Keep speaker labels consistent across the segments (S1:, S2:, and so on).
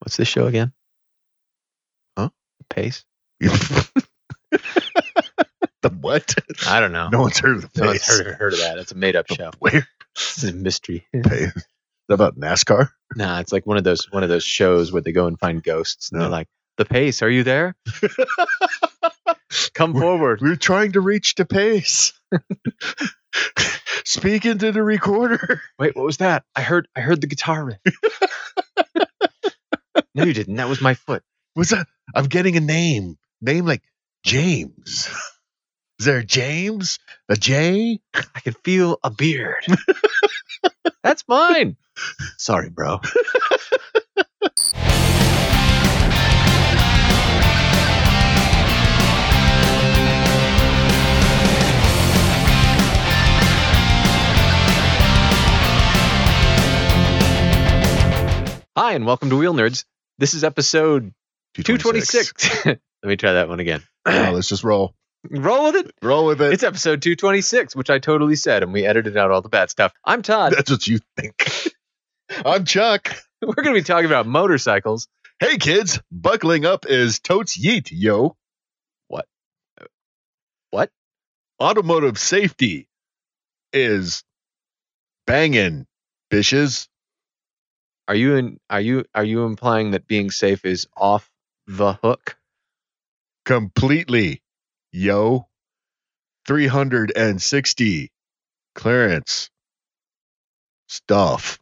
S1: What's this show again?
S2: Huh?
S1: Pace?
S2: the what?
S1: I don't know.
S2: No one's heard of the
S1: No one's
S2: pace.
S1: heard, heard of that. It's a made up show.
S2: Where
S1: It's a mystery.
S2: pace? Is that about NASCAR?
S1: nah, it's like one of those one of those shows where they go and find ghosts and
S2: No.
S1: they're like, The Pace, are you there? Come
S2: We're-
S1: forward.
S2: We're trying to reach the pace. Speaking to the recorder.
S1: Wait, what was that? I heard I heard the guitar riff. no, you didn't. That was my foot.
S2: What's that? I'm getting a name. Name like James. Is there a James? A J?
S1: I can feel a beard. That's mine. Sorry, bro. Hi, and welcome to Wheel Nerds. This is episode 226. Let me try that one again.
S2: No, let's just roll.
S1: Roll with it.
S2: Roll with it.
S1: It's episode 226, which I totally said, and we edited out all the bad stuff. I'm Todd.
S2: That's what you think. I'm Chuck.
S1: We're going to be talking about motorcycles.
S2: Hey kids, buckling up is totes yeet, yo.
S1: What? What?
S2: Automotive safety is banging, bitches.
S1: Are you in, are you are you implying that being safe is off the hook?
S2: Completely, yo. 360 clearance stuff.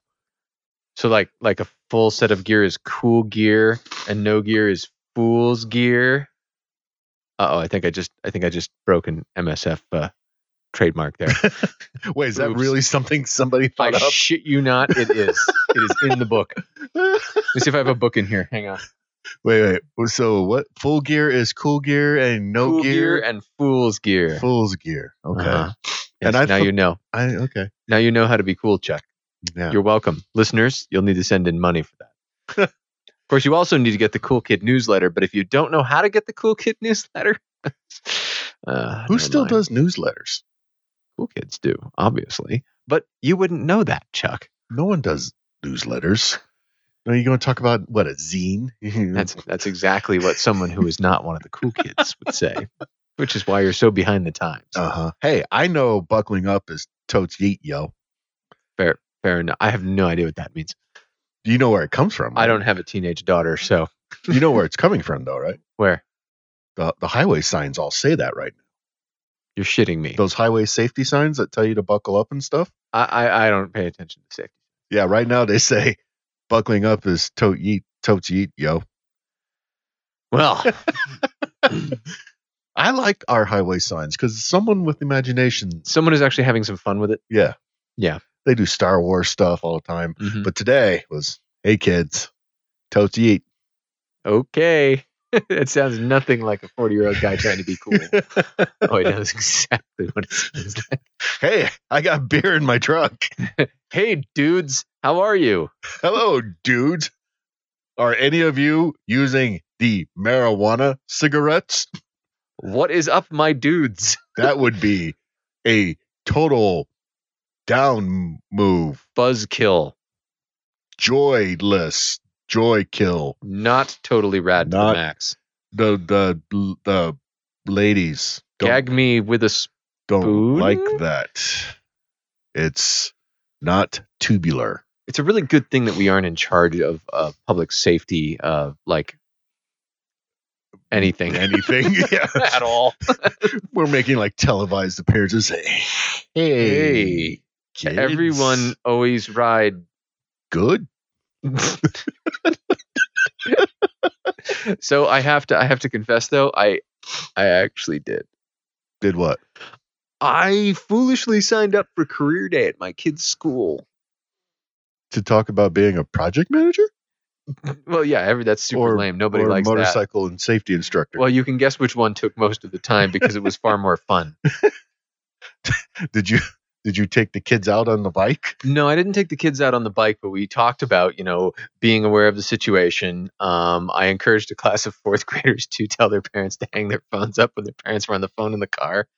S1: So like like a full set of gear is cool gear and no gear is fool's gear. Uh-oh, I think I just I think I just broke an MSF uh, trademark there.
S2: Wait, is that
S1: Oops.
S2: really something somebody
S1: I
S2: thought up?
S1: shit you not, it is. it is in the book. Let's see if I have a book in here. Hang on.
S2: wait, wait. So what? Full gear is cool gear and no
S1: cool gear,
S2: gear,
S1: and fool's gear.
S2: fool's gear. Okay.
S1: Uh-huh. Yes,
S2: And I
S1: now
S2: thought-
S1: you know.
S2: I okay.
S1: Now you know how to be cool, Chuck.
S2: Yeah.
S1: You're welcome. Listeners, you'll need to send in money for that. of course, you also need to get the Cool Kid newsletter, but if you don't know how to get the Cool Kid newsletter, uh,
S2: Who
S1: never
S2: still
S1: mind.
S2: does newsletters?
S1: Cool kids do, obviously. But you wouldn't know that, Chuck.
S2: No one does newsletters. Are you going to talk about what a zine?
S1: That's that's exactly what someone who is not one of the cool kids would say, which is why you're so behind the times.
S2: uh huh. Hey, I know buckling up is totes yeet, yo.
S1: Fair enough. I have no idea what that means.
S2: You know where it comes from.
S1: I
S2: right?
S1: don't have a teenage daughter, so
S2: You know where it's coming from, though, right?
S1: where
S2: The the highway signs all say that right now.
S1: you're shitting me.
S2: Those highway safety signs that tell you to buckle up and stuff.
S1: I, I I don't pay attention to safety.
S2: Yeah, right now they say buckling up is tote yeet, totes yeet, yo.
S1: Well,
S2: I like our highway signs because someone with imagination,
S1: someone is actually having some fun with it.
S2: yeah,
S1: Yeah.
S2: they do Star Wars stuff all the time. But today was, hey kids, totes yeet.
S1: okay. it sounds nothing like a 40 year old guy trying to be cool. oh, he knows exactly what it sounds like.
S2: hey, I got beer in my truck.
S1: Hey, dudes, how are you?
S2: Hello, dudes. Are any of you using the marijuana cigarettes?
S1: What is up, my dudes?
S2: That would be a total down move.
S1: Buzzkill.
S2: Joyless, joy kill.
S1: Not totally rad to the
S2: Not-
S1: max.
S2: The the the ladies don't,
S1: Gag me with a spoon.
S2: don't
S1: spoon?
S2: like that. It's not tubular.
S1: It's a really good thing that we aren't in charge of uh, public safety, uh, like anything
S2: Anything. yeah.
S1: at all.
S2: We're making like televised appearances. Hey,
S1: Hey,
S2: kids.
S1: everyone always ride
S2: good.
S1: so I have to I have to confess though I I actually did.
S2: Did what?
S1: I foolishly signed up for career day at my kid's school.
S2: To talk about being a project manager
S1: Well, yeah, every that's super
S2: Or-
S1: lame. Nobody
S2: or
S1: likes that.
S2: motorcycle and safety instructor.
S1: Well, you can guess which one took most of the time because it was far more fun.
S2: Did you did you take the kids out on the bike?
S1: No, I didn't take the kids out on the bike, but we talked about, you know, being aware of the situation. Um, I encouraged a class of fourth graders to tell their parents to hang their phones up when their parents were on the phone in the car.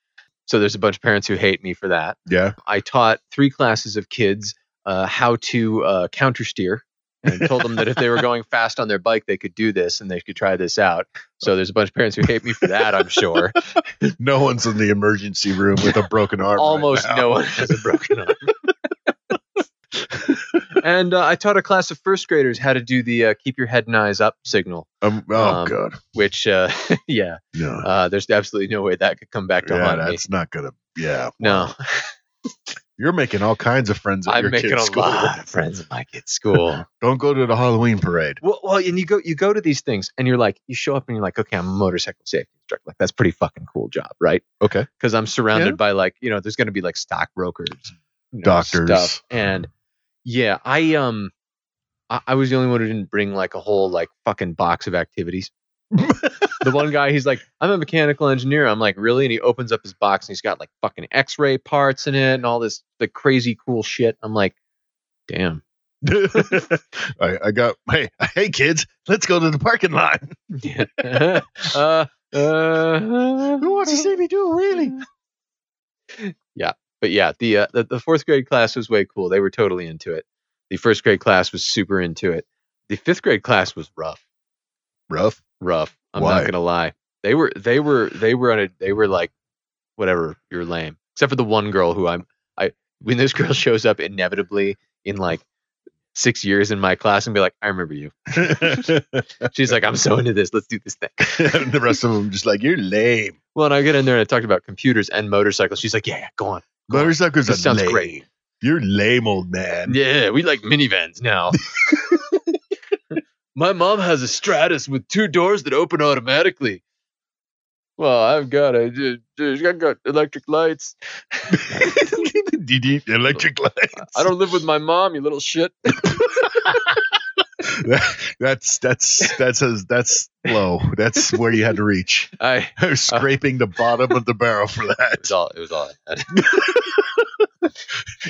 S1: So there's a bunch of parents who hate me for that.
S2: Yeah.
S1: I taught three classes of kids uh, how to uh, countersteer and told them that if they were going fast on their bike, they could do this and they could try this out. So there's a bunch of parents who hate me for that, I'm sure.
S2: no one's in the emergency room with a broken arm. right
S1: Almost
S2: now.
S1: no one has a broken arm. and uh, I taught a class of first graders how to do the uh, keep your head and eyes up signal,
S2: Um, oh
S1: Um,
S2: god,
S1: which, uh, yeah,
S2: no,
S1: uh, there's absolutely no way that could come back to
S2: yeah,
S1: haunt me.
S2: that's not gonna. Yeah,
S1: No,
S2: you're making all kinds of friends at
S1: I'm
S2: your
S1: making
S2: kid's
S1: a
S2: school.
S1: lot of friends at my kid's school.
S2: Don't go to the Halloween parade.
S1: Well, well, and you go you go to these things and you're like you show up and you're like, okay, I'm a motorcycle safety instructor. Like that's a pretty fucking cool job, right?
S2: Okay,
S1: Because I'm surrounded
S2: Yeah.
S1: by like you know, there's going to be like stockbrokers, you know,
S2: Doctors.
S1: stuff. and yeah, I um, I, I was the only one who didn't bring like a whole like fucking box of activities. the one guy, he's like, I'm a mechanical engineer. I'm like, really? And he opens up his box and he's got like fucking X-ray parts in it and all this the crazy cool shit. I'm like, damn.
S2: I, I got. Hey, hey, kids, let's go to the parking lot.
S1: uh, uh,
S2: Who
S1: Who
S2: wants to see me do a wheelie?
S1: But yeah, the, uh, the the fourth grade class was way cool. They were totally into it. The first grade class was super into it. The fifth grade class was rough,
S2: Rough.
S1: rough. I'm
S2: Why?
S1: not gonna lie. They were they were they were on a they were like whatever. You're lame. Except for the one girl who I'm I when this girl shows up inevitably in like six years in my class and be like, I remember you. She's like, I'm so into this. Let's do this thing.
S2: And the rest of them just like you're lame.
S1: Well, and I get in there and I talked about computers and motorcycles. She's like, yeah, yeah, go on. Go on.
S2: Motorcycles are
S1: This sounds
S2: lame.
S1: great.
S2: You're lame, old man.
S1: Yeah, we like minivans now. My mom has a Stratus with two doors that open automatically. Well, I've got a, I've got electric lights.
S2: DD electric lights.
S1: I don't live with my mom, you little shit.
S2: that's that's that's as that's low. That's where you had to reach.
S1: I
S2: Scraping the bottom of the barrel for
S1: it
S2: that.
S1: was all it was all I had.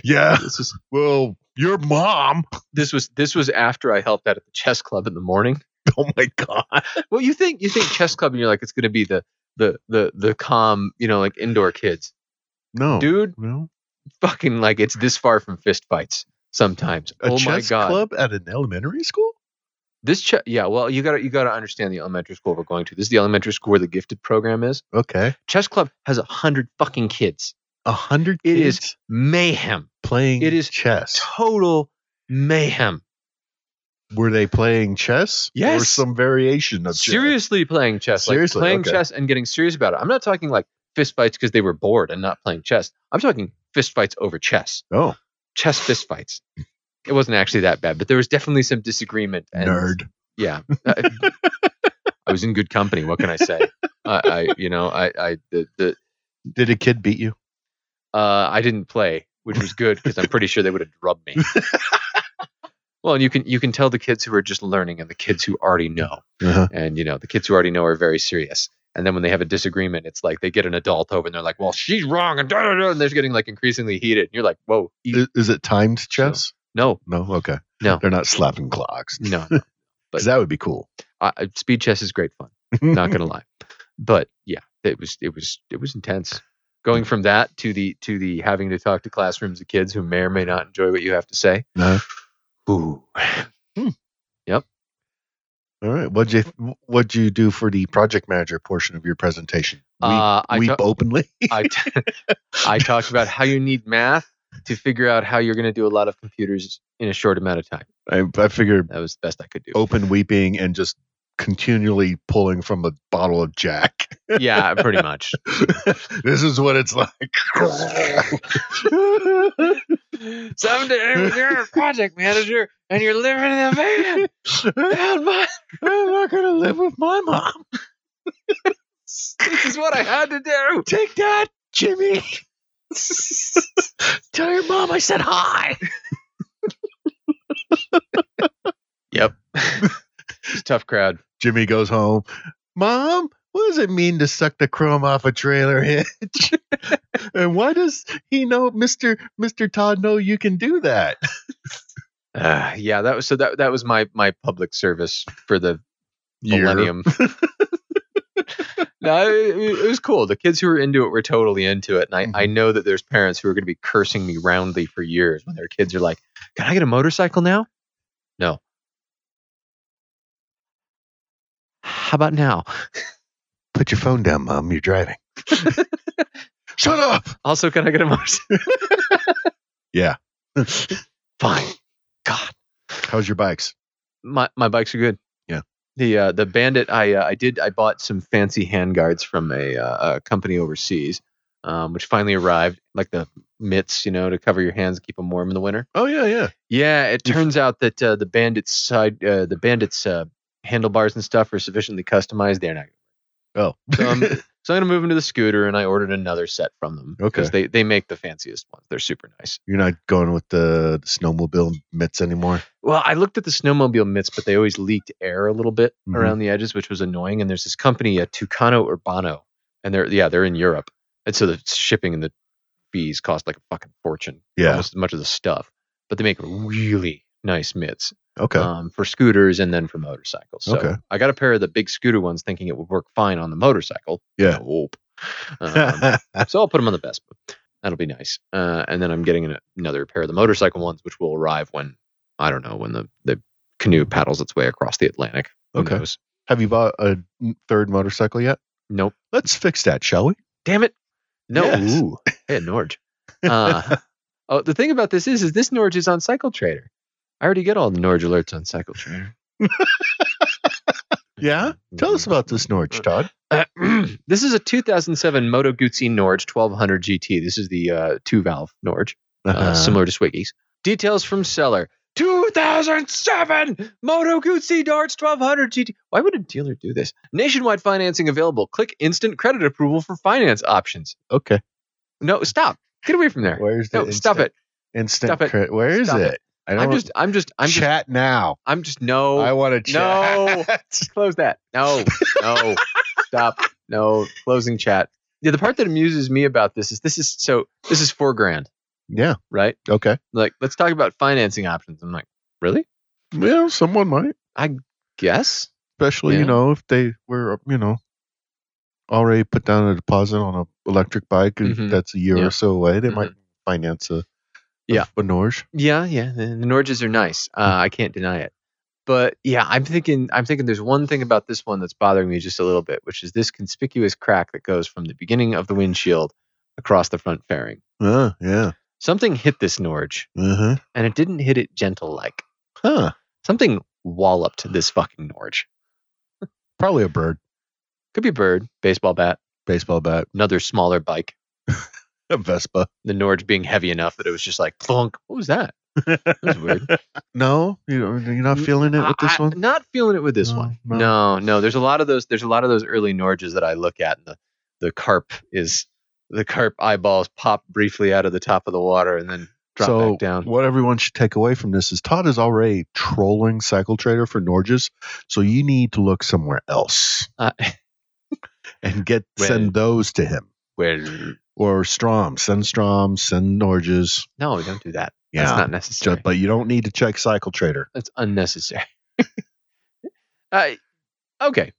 S2: Yeah.
S1: This was
S2: Well, your mom.
S1: this was this was after I helped out at the chess club in the morning.
S2: Oh my god.
S1: Well, you think you think chess club and you're like it's gonna be the the the the calm, you know, like indoor kids.
S2: No.
S1: Dude,
S2: Well,
S1: fucking like it's this far from fist fights sometimes.
S2: a
S1: oh my
S2: chess
S1: god.
S2: club at an elementary school?
S1: This ch- yeah, well, you got to you got to understand the elementary school we're going to. This is the elementary school where the gifted program is.
S2: Okay.
S1: Chess club has a hundred fucking kids.
S2: A hundred
S1: It is-
S2: kids
S1: Mayhem,
S2: playing
S1: it is-
S2: chess.
S1: total mayhem.
S2: Were they playing chess? Or
S1: Yes.
S2: some variation of chess?
S1: Seriously playing chess,
S2: Seriously,
S1: like playing
S2: okay.
S1: chess and getting serious about it. I'm not talking like fist fights because they were bored and not playing chess. I'm talking fist fights over chess,
S2: Oh,
S1: chess fist fights. It wasn't actually that bad, but there was definitely some disagreement. And
S2: nerd.
S1: yeah I, I was in good company what can i say I, I you know i i the, the
S2: Did a kid beat you?
S1: uh i didn't play which was good because i'm pretty sure they would have drubbed me well and you can you can tell the kids who are just learning and the kids who already know
S2: Uh-huh.
S1: and you know the kids who already know are very serious and then when they have a disagreement it's like they get an adult over and they're like well she's wrong and, da, da, da, and they're getting like increasingly heated and you're like whoa e-
S2: Is, is it timed chess?
S1: no
S2: No. Okay.
S1: No.
S2: They're not slapping clocks.
S1: no
S2: 'Cause that would be cool.
S1: I, I- speed chess is great fun not gonna lie but yeah it was it was it was intense going from that to the to the having to talk to classrooms of kids who may or may not enjoy what you have to say
S2: No.
S1: Ooh.
S2: All right. What'd you What'd you do for the project manager portion of your presentation? Weep,
S1: Uh, I
S2: weep
S1: ta-
S2: openly.
S1: I, t- I talked about how you need math to figure out how you're going to do a lot of computers in a short amount of time
S2: I, I figured
S1: that was the best i could do
S2: open weeping and just continually pulling from a bottle of Jack.
S1: yeah pretty much
S2: this is what it's like.
S1: someday when you're a project manager and you're living in a van down by
S2: I'm not gonna live with my mom.
S1: this is what i had to do
S2: Take that, Jimmy. Tell your mom I said hi.
S1: yep it's a tough crowd
S2: Jimmy goes home. Mom, what does it mean to suck the chrome off a trailer hitch? and why does he know Mr. Mr. Todd know you can do that?
S1: Uh, yeah, that was so that that was my my public service for the millennium. no, it, it was cool. The kids who were into it were totally into it, and I, I know that there's parents who are going to be cursing me roundly for years when their kids are like, "Can I get a motorcycle now?" No, How about now?
S2: Put your phone down, mom. You're driving. Shut up.
S1: Also, can I get a Mars?
S2: Yeah.
S1: Fine. God,
S2: How's your bikes?
S1: my my bikes are good.
S2: Yeah.
S1: The uh, the Bandit, I uh, I did I bought some fancy handguards from a, uh, a company overseas, um, which finally arrived, like the mitts, you know, to cover your hands, keep them warm in the winter.
S2: Oh yeah, yeah.
S1: Yeah, it
S2: You've-
S1: turns out that uh, the bandits side, uh, the bandits uh, handlebars and stuff are sufficiently customized. They're not.
S2: Oh.
S1: So I'm, so I'm gonna move into the scooter, and I ordered another set from them
S2: Okay.
S1: they they make the fanciest ones. They're super nice.
S2: You're not going with the, the snowmobile mitts anymore.
S1: Well, I looked at the snowmobile mitts, but they always leaked air a little bit
S2: Mhm.
S1: around the edges, which was annoying. And there's this company, uh, Tucano Urbano, and they're yeah they're in Europe, and so the shipping and the fees cost like a fucking fortune,
S2: Yeah.
S1: almost as much as the stuff. But they make really nice mitts.
S2: Okay.
S1: um, for scooters and then for motorcycles. So
S2: Okay.
S1: I got a pair of the big scooter ones thinking it would work fine on the motorcycle.
S2: Yeah.
S1: Nope. Um, so I'll put them on the Vespa. That'll be nice. Uh, and then I'm getting an, another pair of the motorcycle ones, which will arrive when, I don't know, when the, the canoe paddles its way across the Atlantic. Who
S2: Okay.
S1: knows?
S2: Have you bought a third motorcycle yet?
S1: Nope.
S2: Let's fix that, shall we?
S1: Damn it. No.
S2: Yes.
S1: Ooh. Hey, Norge. Uh, oh, the thing about this is, is this Norge is on Cycle Trader. I already get all the Norge alerts on Cycle Trader.
S2: Yeah? Tell us about this Norge, Todd.
S1: Uh, this is a 2007 Moto Guzzi Norge 1200 GT. This is the uh, two valve Norge, uh,
S2: Uh-huh.
S1: similar to Swiggy's. Details from seller 2007 Moto Guzzi Norge 1200 GT. Why would a dealer do this? Nationwide financing available. Click instant credit approval for finance options.
S2: Okay.
S1: No, stop. Get away from there.
S2: Where's the
S1: No, stop it.
S2: Instant
S1: Stop it.
S2: credit. Where is
S1: Stop
S2: it?
S1: it.
S2: I don't
S1: I'm just, I'm just, I'm just,
S2: chat now.
S1: I'm just, no.
S2: I want to
S1: No.
S2: chat.
S1: close that. No, no, stop. No, closing chat. Yeah, the part that amuses me about this is this is so this is four grand,
S2: yeah.
S1: right?
S2: Okay.
S1: Like, let's talk about financing options. I'm like, really?
S2: Well, someone might,
S1: Yes.
S2: especially you
S1: Yeah.
S2: know if they were you know already put down a deposit on an electric bike and
S1: Mhm.
S2: that's a year
S1: Yeah. Mm-hmm.
S2: or so away. They might finance a
S1: Yeah.
S2: a, a Norge.
S1: Yeah, yeah. The, the Norges are nice. Uh, I can't deny it. But yeah, I'm thinking, I'm thinking. There's one thing about this one that's bothering me just a little bit, which is this conspicuous crack that goes from the beginning of the windshield across the front fairing.
S2: Uh, yeah.
S1: Something hit this Norge,
S2: Uh-huh.
S1: and it didn't hit it gentle like.
S2: Huh.
S1: Something walloped this fucking Norge.
S2: Probably a bird,
S1: Could be a bird, baseball bat,
S2: baseball bat,
S1: another smaller bike.
S2: a Vespa.
S1: The Norge being heavy enough that it was just like plunk. What was that? That was weird.
S2: No, you don't- you're not feeling it with this
S1: I-
S2: one.
S1: not feeling it with this
S2: No,
S1: one.
S2: no.
S1: No. no, There's a lot of those. There's a lot of those early Norges that I look at, and the the carp is the carp eyeballs pop briefly out of the top of the water and then drop
S2: so
S1: back down.
S2: what everyone should take away from this is Todd is already trolling Cycle Trader for Norges, so you need to look somewhere else
S1: Uh,
S2: and get
S1: Well-
S2: send those to him
S1: well,
S2: or Strom. Send Strom, send Norges.
S1: no, don't do that.
S2: Yeah,
S1: That's not
S2: ju-
S1: necessary.
S2: but you don't need to check Cycle Trader.
S1: That's unnecessary. uh, okay.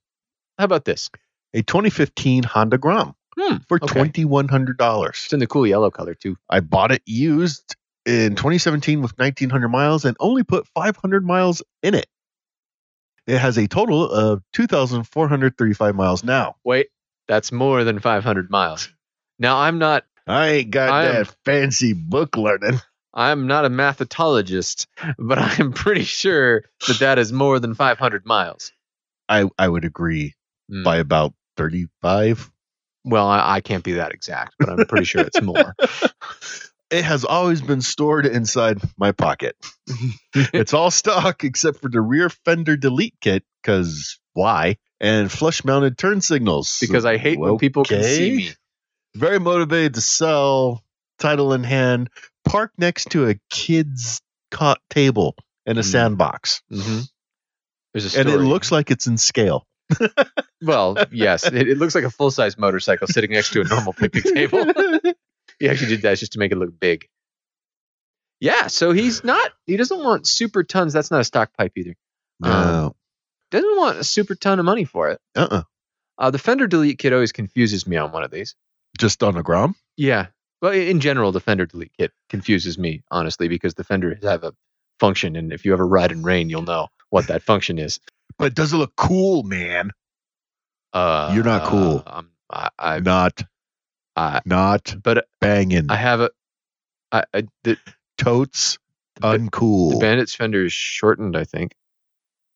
S1: How about this?
S2: A 2015 Honda Grom
S1: Hmm,
S2: for
S1: okay.
S2: twenty one hundred dollars.
S1: It's in the cool yellow color too.
S2: I bought it used in 2017 with 1900 miles and only put 500 miles in it. It has a total of 2,435 miles now.
S1: Wait, that's more than 500 miles. Now I'm not
S2: I ain't got
S1: I am-
S2: that fancy book learning.
S1: I'm not a mathematologist, but I'm pretty sure that that is more than 500 miles.
S2: I, I would agree
S1: Mm.
S2: by about 35.
S1: Well, I, I can't be that exact, but I'm pretty sure it's more.
S2: It has always been stored inside my pocket. it's all stock except for the rear fender delete kit, because why? And flush mounted turn signals.
S1: Because I hate when people can see
S2: Okay.
S1: me.
S2: very motivated to sell, title in hand, parked next to a kid's cot table and a
S1: Mm.
S2: sandbox.
S1: Mhm. There's a story.
S2: And it looks like it's in scale.
S1: well, yes, it, it looks like a full size motorcycle sitting next to a normal picnic table. he actually did that just to make it look big. Yeah, so he's not. He doesn't want super tons. That's not a stock pipe either. Oh.
S2: No.
S1: Doesn't want a super ton of money for it.
S2: Uh uh
S1: Uh, the fender delete kit always confuses me on one of these.
S2: Just on a Grom?
S1: Yeah. Well, i- in general, the fender delete kit confuses me, honestly, because the fenders have a function, and if you ever ride in rain, you'll know what that function is.
S2: But does it look cool, man?
S1: Uh,
S2: You're not cool.
S1: I'm, I, I,
S2: not
S1: I,
S2: not
S1: but
S2: banging
S1: I have a. I, I the,
S2: totes
S1: the, ba-
S2: uncool.
S1: the bandit's fender is shortened. I think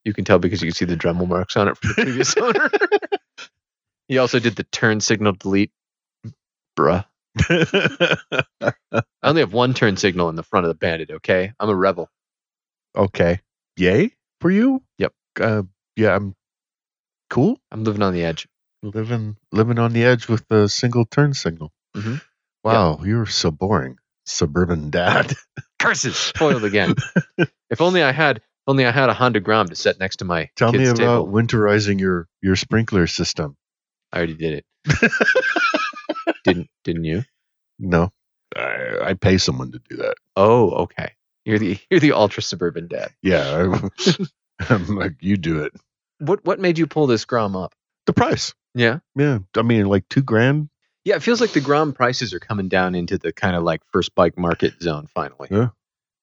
S1: you can tell because you can see the Dremel marks on it from the previous owner. He also did the turn signal delete. Bruh, I only have one turn signal in the front of the bandit. Okay, I'm a rebel.
S2: okay. Yay for you.
S1: Yep.
S2: Uh, yeah, I'm cool.
S1: I'm living on the edge.
S2: Living living on the edge with a single turn signal.
S1: Mhm.
S2: Wow, you're so boring, suburban dad.
S1: Curses! Spoiled again. if only I had, if only I had a Honda Gram to set next to my
S2: Tell
S1: kids'
S2: me about
S1: table.
S2: winterizing your your sprinkler system.
S1: I already did it. didn't didn't you?
S2: No, I, I pay someone to do that.
S1: Oh, okay. You're the you're the ultra suburban dad.
S2: Yeah, I, am like you do it.
S1: What what made you pull this Grom up?
S2: The price.
S1: Yeah.
S2: Yeah, I mean, like two grand.
S1: Yeah, it feels like the Grom prices are coming down into the kind of like first bike market zone finally.
S2: Yeah.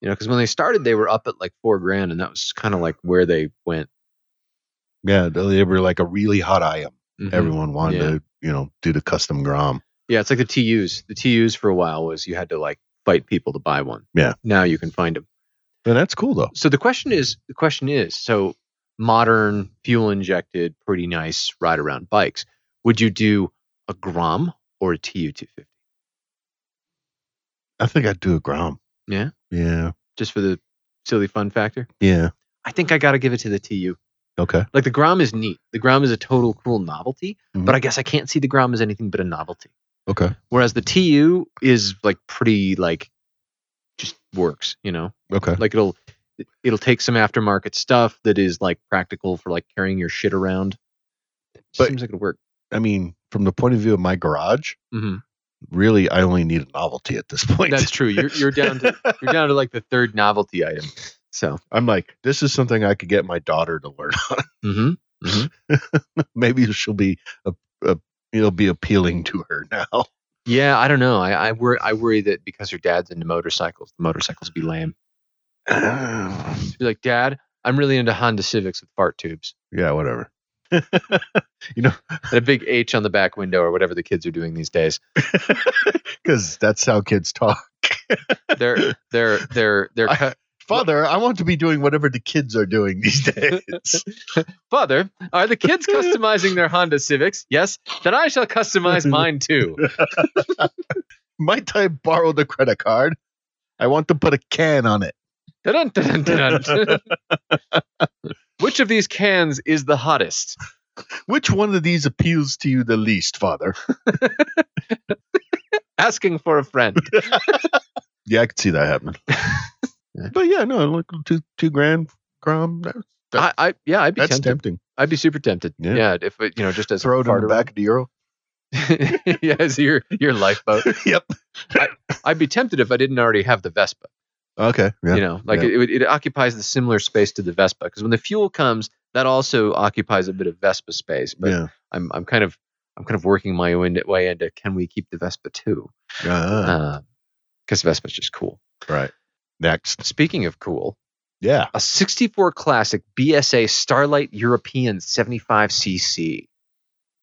S1: You know, because when they started, they were up at like four grand, and that was kind of like where they went.
S2: Yeah, they were like a really hot item.
S1: Mhm.
S2: Everyone wanted
S1: Yeah.
S2: to, you know, do the custom Grom.
S1: Yeah, it's like the TUs. The TUs for a while was you had to like fight people to buy one.
S2: Yeah.
S1: Now you can find them.
S2: And that's cool though.
S1: so the question is the question is so modern fuel injected pretty nice ride around bikes would you do a grom or a tu250
S2: I think I'd do a Grom.
S1: Yeah?
S2: Yeah.
S1: just for the silly fun factor
S2: Yeah.
S1: i think i gotta give it to the tu
S2: Okay.
S1: like the grom is neat the grom is a total cool novelty
S2: Mhm.
S1: but i guess i can't see the grom as anything but a novelty
S2: Okay.
S1: whereas the tu is like pretty like just works you know
S2: Okay.
S1: like it'll it'll take some aftermarket stuff that is like practical for like carrying your shit around it
S2: But-
S1: seems like it'll work
S2: I mean, from the point of view of my garage,
S1: hmm
S2: really, I only need a novelty at this point.
S1: That's true. You're, you're down to you're down to like the third novelty item. So
S2: I'm like, this is something I could get my daughter to learn on.
S1: mm-hmm.
S2: Maybe she'll be a, a it'll be appealing to her now.
S1: yeah, I don't know. I I worry I worry that because her dad's into motorcycles, the motorcycles be lame. She'd be like, Dad, I'm really into Honda Civics with fart tubes
S2: yeah, whatever.
S1: and a big H on the back window or whatever the kids are doing these days.
S2: Because that's how kids talk.
S1: They're they're they're they're cu-
S2: Father, I want to be doing whatever the kids are doing these days.
S1: father. Are the kids customizing their Honda Civics? Yes, then I shall customize mine too.
S2: Might I borrow the credit card? I want to put a can on it.
S1: Dun, dun, dun, dun, dun. Which of these cans is the hottest?
S2: Which one of these appeals to you the least, Father?
S1: Asking for a friend.
S2: Yeah, I could see that happening. but yeah, no, like two two grand Grom. That,
S1: I, I yeah, I'd be
S2: that's
S1: tempted.
S2: tempting.
S1: I'd be super tempted. Yeah,
S2: Yeah.
S1: if it, you know, just as a
S2: Throw it on the
S1: farter-
S2: back of the euro.
S1: yeah, as your your lifeboat.
S2: yep.
S1: I'd be tempted if I didn't already have the Vespa.
S2: Okay. Yeah.
S1: You know, like
S2: Yeah.
S1: it, would- it occupies the similar space to the Vespa because when the fuel comes, that also occupies a bit of Vespa space. But
S2: yeah.
S1: I'm I'm kind of I'm kind of working my way into, way into can we keep the Vespa too?
S2: Uh,
S1: Because Vespa's just cool.
S2: right. Next.
S1: Speaking of cool,
S2: Yeah.
S1: a 64 classic BSA Starlight European 75cc.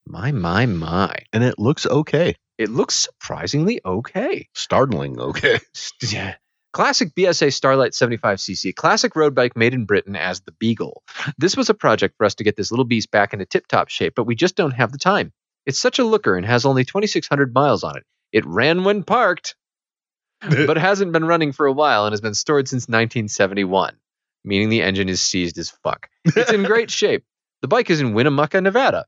S1: My, my, my.
S2: And it looks okay.
S1: It looks surprisingly okay.
S2: Startling okay.
S1: Yeah. Classic BSA Starlight 75cc, classic road bike made in Britain as the Beagle. This was a project for us to get this little beast back into tip top shape, but we just don't have the time. It's such a looker and has only 2,600 miles on it. It ran when parked, but hasn't been running for a while and has been stored since 1971, meaning the engine is seized as fuck. It's in great shape. The bike is in Winnemucca, Nevada.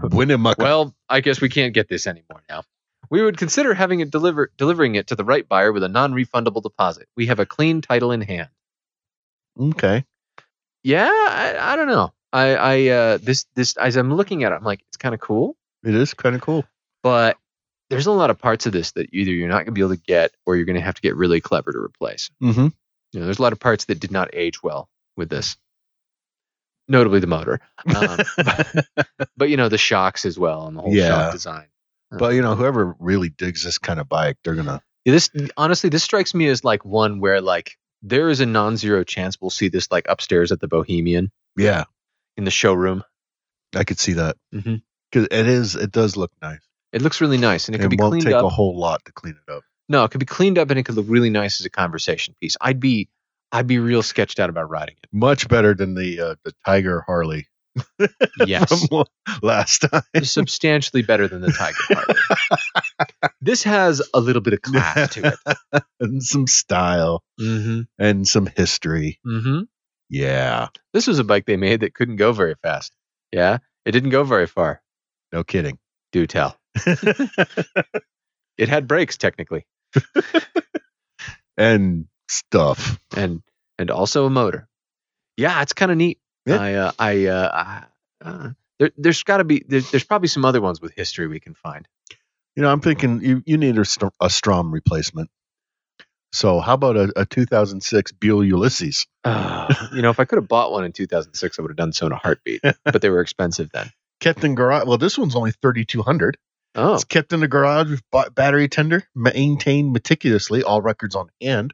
S2: Winnemucca.
S1: Well, I guess we can't get this anymore now. We would consider having it deliver delivering it to the right buyer with a non-refundable deposit. We have a clean title in hand.
S2: okay.
S1: Yeah, I, I don't know. I, I uh, this this as I'm looking at it, I'm like, it's kind of cool,
S2: It is kind of cool.
S1: but there's a lot of parts of this that either you're not gonna be able to get, or you're gonna have to get really clever to replace.
S2: Mm-hmm.
S1: You know, there's a lot of parts that did not age well with this, notably the motor, um, but you know the shocks as well and the whole
S2: Yeah.
S1: shock design.
S2: but you know, whoever really digs this kind of bike, they're gonna.
S1: Yeah, this honestly, this strikes me as like one where like there is a non-zero chance we'll see this like upstairs at the Bohemian
S2: Yeah.
S1: in the showroom.
S2: I could see that
S1: Mhm.
S2: because it is it does look nice.
S1: It looks really nice, and it
S2: It,
S1: can be
S2: won't
S1: cleaned
S2: take
S1: up.
S2: a whole lot to clean it up.
S1: no, it could be cleaned up, and it could look really nice as a conversation piece. I'd be, I'd be real sketched out about riding
S2: Much better than the uh, the Tiger Harley
S1: it. Yes,
S2: from last time.
S1: substantially better than the Tiger. Harley. this has a little bit of class to it.
S2: and some style
S1: Mm-hmm.
S2: and some history.
S1: Mm-hmm.
S2: Yeah,
S1: This was a bike they made that couldn't go very fast. Yeah, it didn't go very far.
S2: no kidding.
S1: Do tell. It had brakes technically,
S2: and stuff.
S1: and and also a motor. Yeah, it's kind of neat.
S2: Yeah.
S1: I uh, I uh, I- uh, there, there's got to be there's, there's probably some other ones with history we can find.
S2: You know, I'm thinking you, you need a, Str- a Strom replacement. So how about a, a 2006 Buell Ulysses?
S1: you know, if I could have bought one in 2006, I would have done so in a heartbeat. but they were expensive then.
S2: Kept in garage. Well, this one's only 3200.
S1: Oh,
S2: It's kept in the garage with ba- battery tender, maintained meticulously, all records on hand,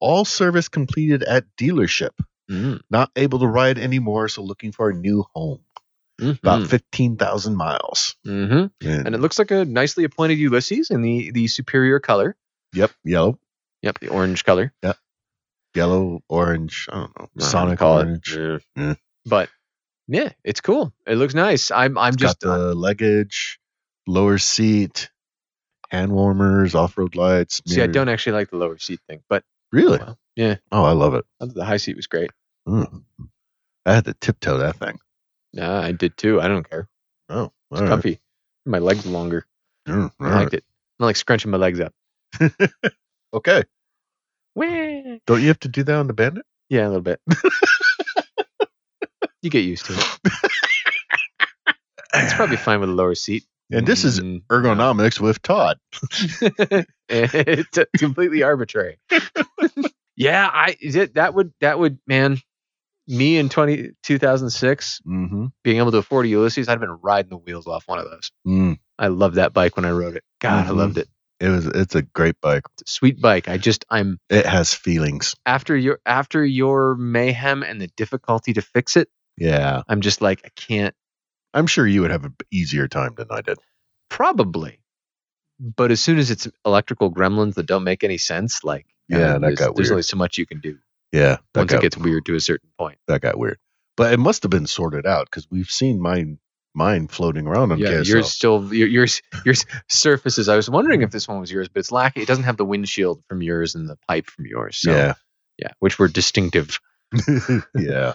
S2: all service completed at dealership.
S1: mm,
S2: Not able to ride anymore, so looking for a new home. About
S1: mhm,
S2: 15,000 miles.
S1: mhm.
S2: And,
S1: and it looks like a nicely appointed Ulysses in the the superior color.
S2: yep, yellow,
S1: Yep, the orange color.
S2: yellow, orange. I don't know.
S1: I don't know
S2: Sonic
S1: how to
S2: orange.
S1: call it. Yeah.
S2: Yeah.
S1: Mm. But yeah, it's cool. It looks nice. I'm I'm
S2: Got
S1: just uh,
S2: the luggage, lower seat, hand warmers, off road lights.
S1: see. I
S2: mirrors.
S1: don't actually like the lower seat thing, but
S2: Really?
S1: well, yeah.
S2: Oh, I love it.
S1: I thought the high seat was great.
S2: Mm. I had to tiptoe that thing.
S1: Nah, I did too. I don't care.
S2: Oh,
S1: It's
S2: all right.
S1: comfy. My legs longer.
S2: Mm, all
S1: I
S2: right.
S1: liked it. I like scrunching my legs up.
S2: Okay.
S1: Wah.
S2: Don't you have to do that on the Bandit?
S1: Yeah, a little bit. you get used to it. It's probably fine with a lower seat.
S2: And this is
S1: Mm.
S2: ergonomics with Todd.
S1: it's completely arbitrary. yeah, I that, that would that would man, me in 20, 2006
S2: Mm-hmm.
S1: being able to afford a Ulysses, I'd have been riding the wheels off one of those.
S2: Mm.
S1: I loved that bike when I rode it. God, I
S2: Mhm.
S1: loved it.
S2: It was. It's a great bike.
S1: It's a sweet bike. I just I'm
S2: It has feelings.
S1: after your after your mayhem and the difficulty to fix it.
S2: Yeah,
S1: I'm just like I can't
S2: I'm sure you would have an easier time than I did.
S1: probably. But as soon as it's electrical gremlins that don't make any sense, like
S2: Yeah,
S1: uh,
S2: that
S1: there's,
S2: got
S1: there's
S2: weird.
S1: only so much you can do
S2: Yeah, that
S1: once
S2: got
S1: it gets weird to a certain point.
S2: that got weird. But it must have been sorted out because we've seen mine mine floating around on
S1: yeah,
S2: KSL.
S1: yours still your- yours yours surfaces. I was wondering if this one was yours, but it's lacking. It doesn't have the windshield from yours and the pipe from yours. So,
S2: yeah,
S1: yeah, which were distinctive.
S2: yeah.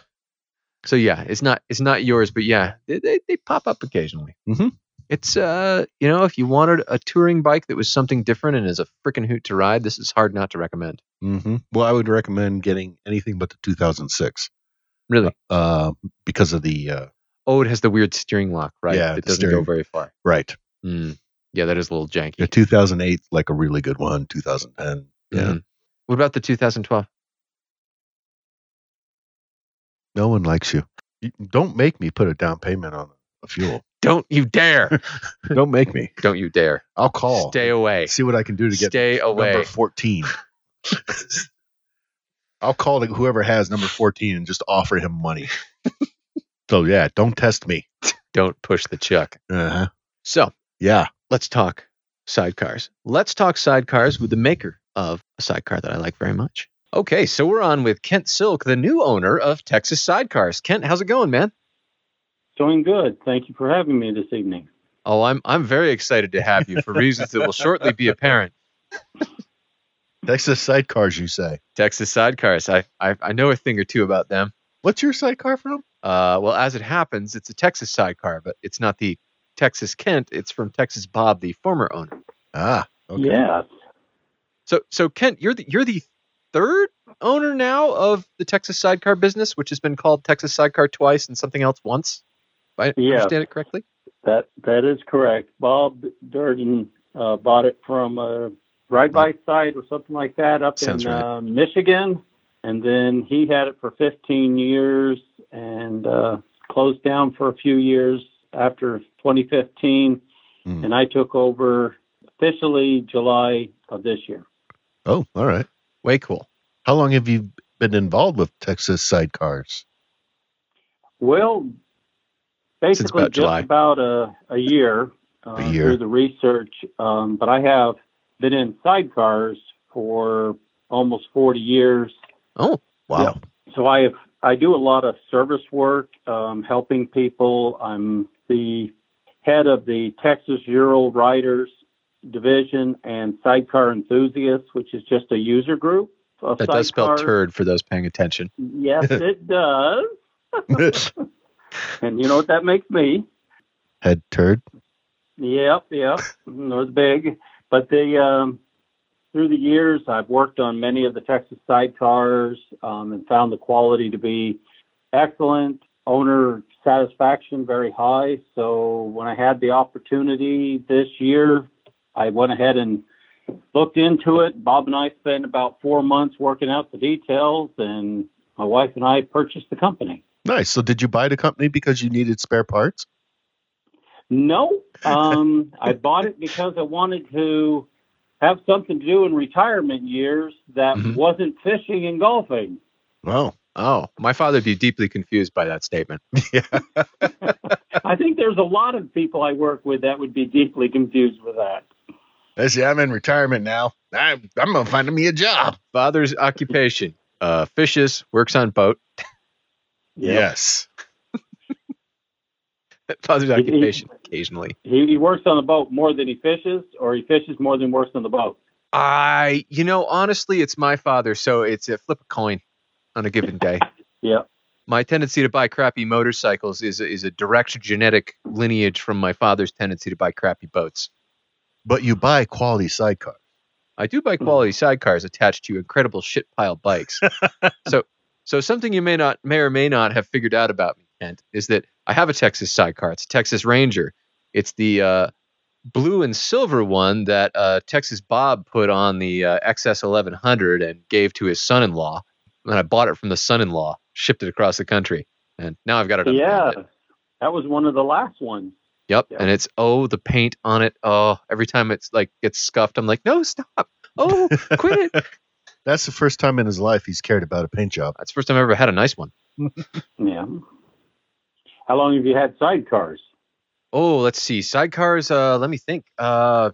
S1: So yeah, it's not it's not yours, but yeah, they they, they pop up occasionally.
S2: Mhm.
S1: It's uh you know if you wanted a touring bike that was something different and is a freaking hoot to ride, this is hard not to recommend.
S2: Mm-hmm. Well, I would recommend getting anything but the 2006
S1: Really?
S2: uh, because of the uh,
S1: Oh, it has the weird steering lock, right?
S2: Yeah,
S1: it
S2: the
S1: doesn't go
S2: steering-
S1: very far.
S2: right.
S1: Mm. Yeah, that is a little janky.
S2: The 2008 like a really good one. 2010. Yeah.
S1: Mhm. What about the 2012?
S2: No one likes you. You- Don't make me put a down payment on a fuel.
S1: Don't you dare!
S2: Don't make me.
S1: Don't you dare!
S2: I'll call.
S1: Stay away.
S2: See what I can do Oh. to get
S1: Stay away.
S2: number 14. I'll call to whoever has number 14 and just offer him money. so, yeah, don't test me.
S1: Don't push the chuck.
S2: Uh-huh.
S1: So
S2: Yeah.
S1: let's talk sidecars. Let's talk sidecars with the maker of a sidecar that I like very much. Okay, so we're on with Kent Silk, the new owner of Texas Sidecars. Kent, how's it going, man?
S3: Doing good. Thank you for having me this evening.
S1: Oh, I'm I'm very excited to have you for reasons that will shortly be apparent.
S2: Texas sidecars, you say.
S1: Texas Sidecars. I I, I know a thing or two about them.
S2: What's your sidecar from?
S1: Uh, well, as it happens, it's a Texas sidecar, but it's not the Texas Kent. It's from Texas Bob, the former owner.
S2: Ah, okay.
S3: Yeah.
S1: So, so Kent, you're the you're the third owner now of the Texas Sidecar business, which has been called Texas Sidecar twice and something else once. If I
S3: Yeah.
S1: understand it correctly.
S3: That that is correct. Bob Durden uh, bought it from a ride by site or something like that up
S1: Sounds
S3: in
S1: right.
S3: uh, Michigan, and then he had it for 15 years and uh, closed down for a few years after 2015,
S2: Hmm.
S3: and I took over officially July of this year.
S2: Oh, all right.
S1: Way cool.
S2: How long have you been involved with Texas sidecars?
S3: Well, basically
S1: about
S3: just
S1: July.
S3: about a, a year, uh,
S2: A year.
S3: through the research. Um, but I have been in sidecars for almost 40 years.
S1: Oh,
S2: Wow.
S3: So I have, I do a lot of service work, um, helping people. I'm the head of the Texas Ural Riders Division and Sidecar Enthusiasts, which is just a user group of
S1: that does spell
S3: sidecars.
S1: turd for those paying attention.
S3: Yes, it does. And you know what that makes me?
S2: Head turd.
S3: Yep, yep. It was big. But the um, through the years, I've worked on many of the Texas sidecars um, and found the quality to be excellent, owner satisfaction very high. So when I had the opportunity this year, I went ahead and looked into it. Bob and I spent about four months working out the details, and my wife and I purchased the company.
S2: Nice. So did you buy the company because you needed spare parts?
S3: No, um, I bought it because I wanted to have something to do in retirement years that
S1: Mm-hmm.
S2: Mhm.
S3: wasn't fishing and golfing.
S2: Wow.
S1: Oh, my father'd be deeply confused by that statement.
S3: I think there's a lot of people I work with that would be deeply confused with that.
S2: I see. I'm in retirement now. I'm, I'm going to find me a job.
S1: Father's occupation: uh, fishes, works on boat.
S2: Yes.
S1: Father's
S3: It- it-
S1: occupation occasionally.
S3: He, he works on the boat more than he fishes, or he fishes more than works on the boat.
S1: I, you know, honestly, it's my father, so it's a flip a coin on a given day.
S3: Yeah.
S1: My tendency to buy crappy motorcycles is is a direct genetic lineage from my father's tendency to buy crappy boats.
S2: But you buy quality sidecar.
S1: I do buy quality sidecars attached to incredible shit pile bikes. so, so something you may not may or may not have figured out about me, Kent, is that I have a Texas sidecar. It's a Texas Ranger. It's the uh, blue and silver one that uh, Texas Bob put on the uh, XS 1100 and gave to his son-in-law. And I bought it from the son-in-law, shipped it across the country, and now I've got it.
S3: Yeah.
S1: unbranded.
S3: That was one of the last ones.
S1: Yep.
S3: Yeah.
S1: And it's oh the paint on it. Oh, every time it's like gets scuffed, I'm like, no, stop. Oh, quit it.
S2: That's the first time in his life he's cared about a paint job.
S1: That's the first time I've ever had a nice one.
S3: Yeah. How long have you had sidecars?
S1: Oh, let's see. Sidecars, uh, let me think. Uh,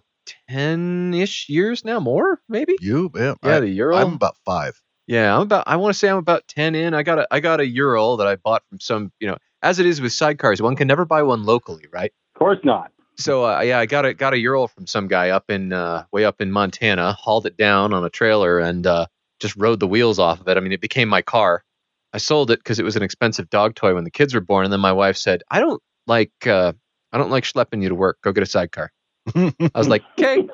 S1: 10 ish years now, more maybe?
S2: You? Yeah.
S1: Yeah, the Ural.
S2: I, am about five.
S1: yeah, I'm about, I want to say I'm about 10 in. I got a, I got a Ural that I bought from some, you know, as it is with sidecars, one can never buy one locally, right?
S3: Of course not.
S1: So, uh, yeah, I got a, got a Ural from some guy up in, uh, way up in Montana, hauled it down on a trailer and, uh, just rode the wheels off of it. I mean, it became my car. I sold it because it was an expensive dog toy when the kids were born. And then my wife said, I don't like, uh, I don't like schlepping you to work. Go get a sidecar. I was like, okay,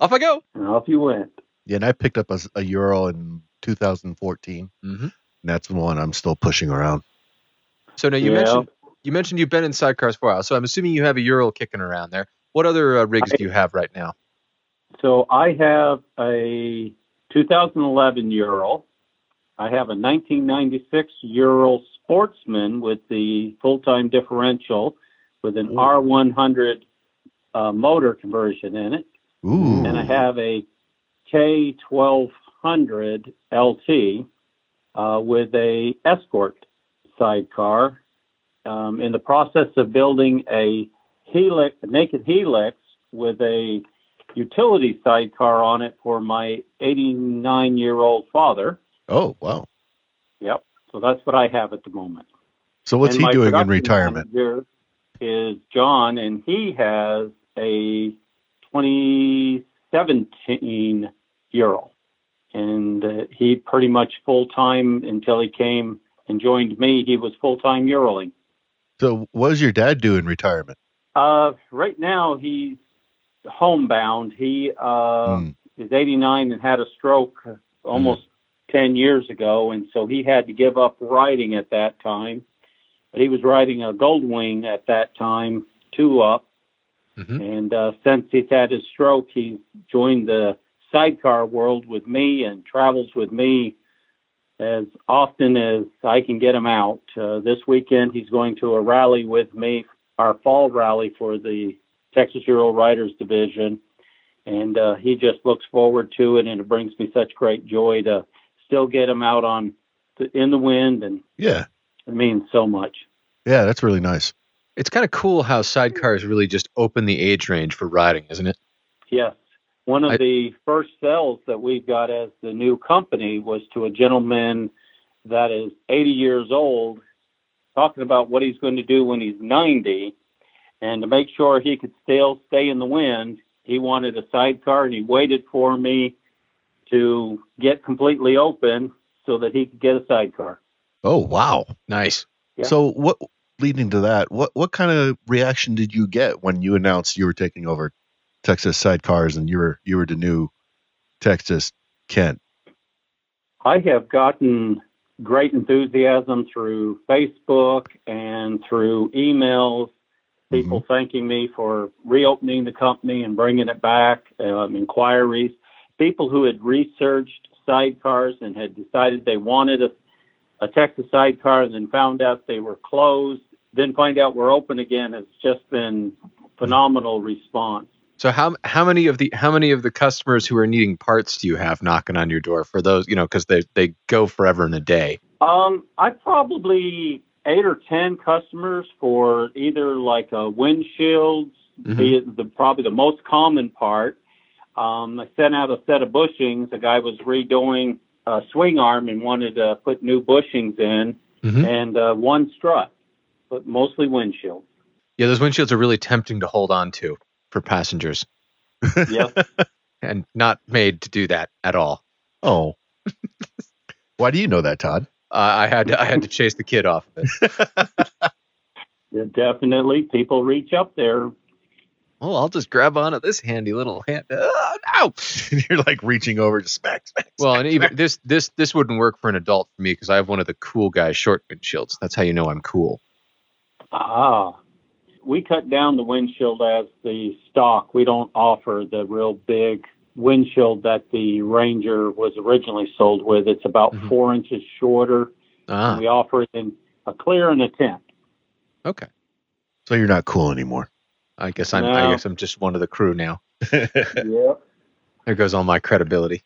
S1: off I go.
S3: And off you went.
S2: Yeah, and I picked up a, s- a Ural in 2014,
S1: Mhm.
S2: and that's the one I'm still pushing around.
S1: So now you
S3: Yeah.
S1: mentioned you mentioned you've been in sidecars for a while. So I'm assuming you have a Ural kicking around there. What other uh, rigs do you have right now?
S3: So I have a 2011 Ural. I have a 1996 Ural Sportsman with the full-time differential with an
S2: Ooh.
S3: R100 uh, motor conversion in it,
S2: Ooh.
S3: and I have a K1200 LT uh, with a Escort sidecar. Um, in the process of building a helix, a naked helix with a utility sidecar on it for my 89 year old father.
S2: Oh, wow.
S3: Yep. So that's what I have at the moment.
S2: So what's
S3: And
S2: he
S3: my
S2: doing in
S3: production
S2: retirement?
S3: manager Is John, and he has a 2017 Ural, and uh, he pretty much full time until he came and joined me. He was full time Uraling.
S2: So what does your dad do in retirement?
S3: Uh, right now he's homebound. He uh,
S2: Hmm.
S3: is 89 and had a stroke almost 10 years ago, and so he had to give up riding at that time. But he was riding a Goldwing at that time, two up,
S1: Mhm.
S3: and uh, since he's had his stroke, he's joined the sidecar world with me and travels with me as often as I can get him out. Uh, this weekend, he's going to a rally with me, our fall rally for the Texas Rural Riders Division. And uh, he just looks forward to it, and it brings me such great joy to still get him out on the, in the wind, and
S2: Yeah.
S3: it means so much.
S2: Yeah, that's really nice.
S1: It's kind of cool how sidecars really just open the age range for riding, isn't it?
S3: Yes. One of
S1: I-
S3: the first sales that we've got as the new company was to a gentleman that is 80 years old, talking about what he's going to do when he's 90. And to make sure he could still stay in the wind, he wanted a sidecar and he waited for me to get completely open so that he could get a sidecar.
S2: Oh wow.
S1: Nice.
S3: Yeah.
S2: So what leading to that, what what kind of reaction did you get when you announced you were taking over Texas sidecars and you were you were the new Texas Kent?
S3: I have gotten great enthusiasm through Facebook and through emails, people thanking me for reopening the company and bringing it back, um, inquiries, people who had researched sidecars and had decided they wanted a, a Texas sidecar and then found out they were closed, then find out we're open again has just been phenomenal response.
S1: So how how many of the how many of the customers who are needing parts do you have knocking on your door for those you know because they they go forever in a day?
S3: Um, I probably eight or ten customers for either like a windshields,
S1: Mhm.
S3: the, the probably the most common part. Um, I sent out a set of bushings. A guy was redoing a swing arm and wanted to put new bushings in,
S1: Mhm.
S3: and uh, one strut, but mostly windshield.
S1: Yeah, those windshields are really tempting to hold on to for passengers,
S3: Yes,
S1: and not made to do that at all.
S2: Oh. Why do you know that, Todd?
S1: Uh, I had to, I had to chase the kid off of it.
S3: definitely. People reach up there.
S1: Well, Oh, I'll just grab onto this handy little hand. Ah, ow!
S2: You're like reaching over to smack. smack,
S1: Well,
S2: smack,
S1: and
S2: smack.
S1: even this this this wouldn't work for an adult for me because I have one of the cool guy short windshields. That's how you know I'm cool.
S3: Ah, we cut down the windshield as the stock. We don't offer the real big windshield that the Ranger was originally sold with. It's about
S1: Mhm.
S3: four inches shorter.
S1: Ah,
S3: We offer it in a clear and a tent.
S1: okay.
S2: so you're not cool anymore.
S1: I guess I'm I
S3: No.
S1: guess I'm just one of the crew now.
S3: Yeah.
S1: There goes all my credibility.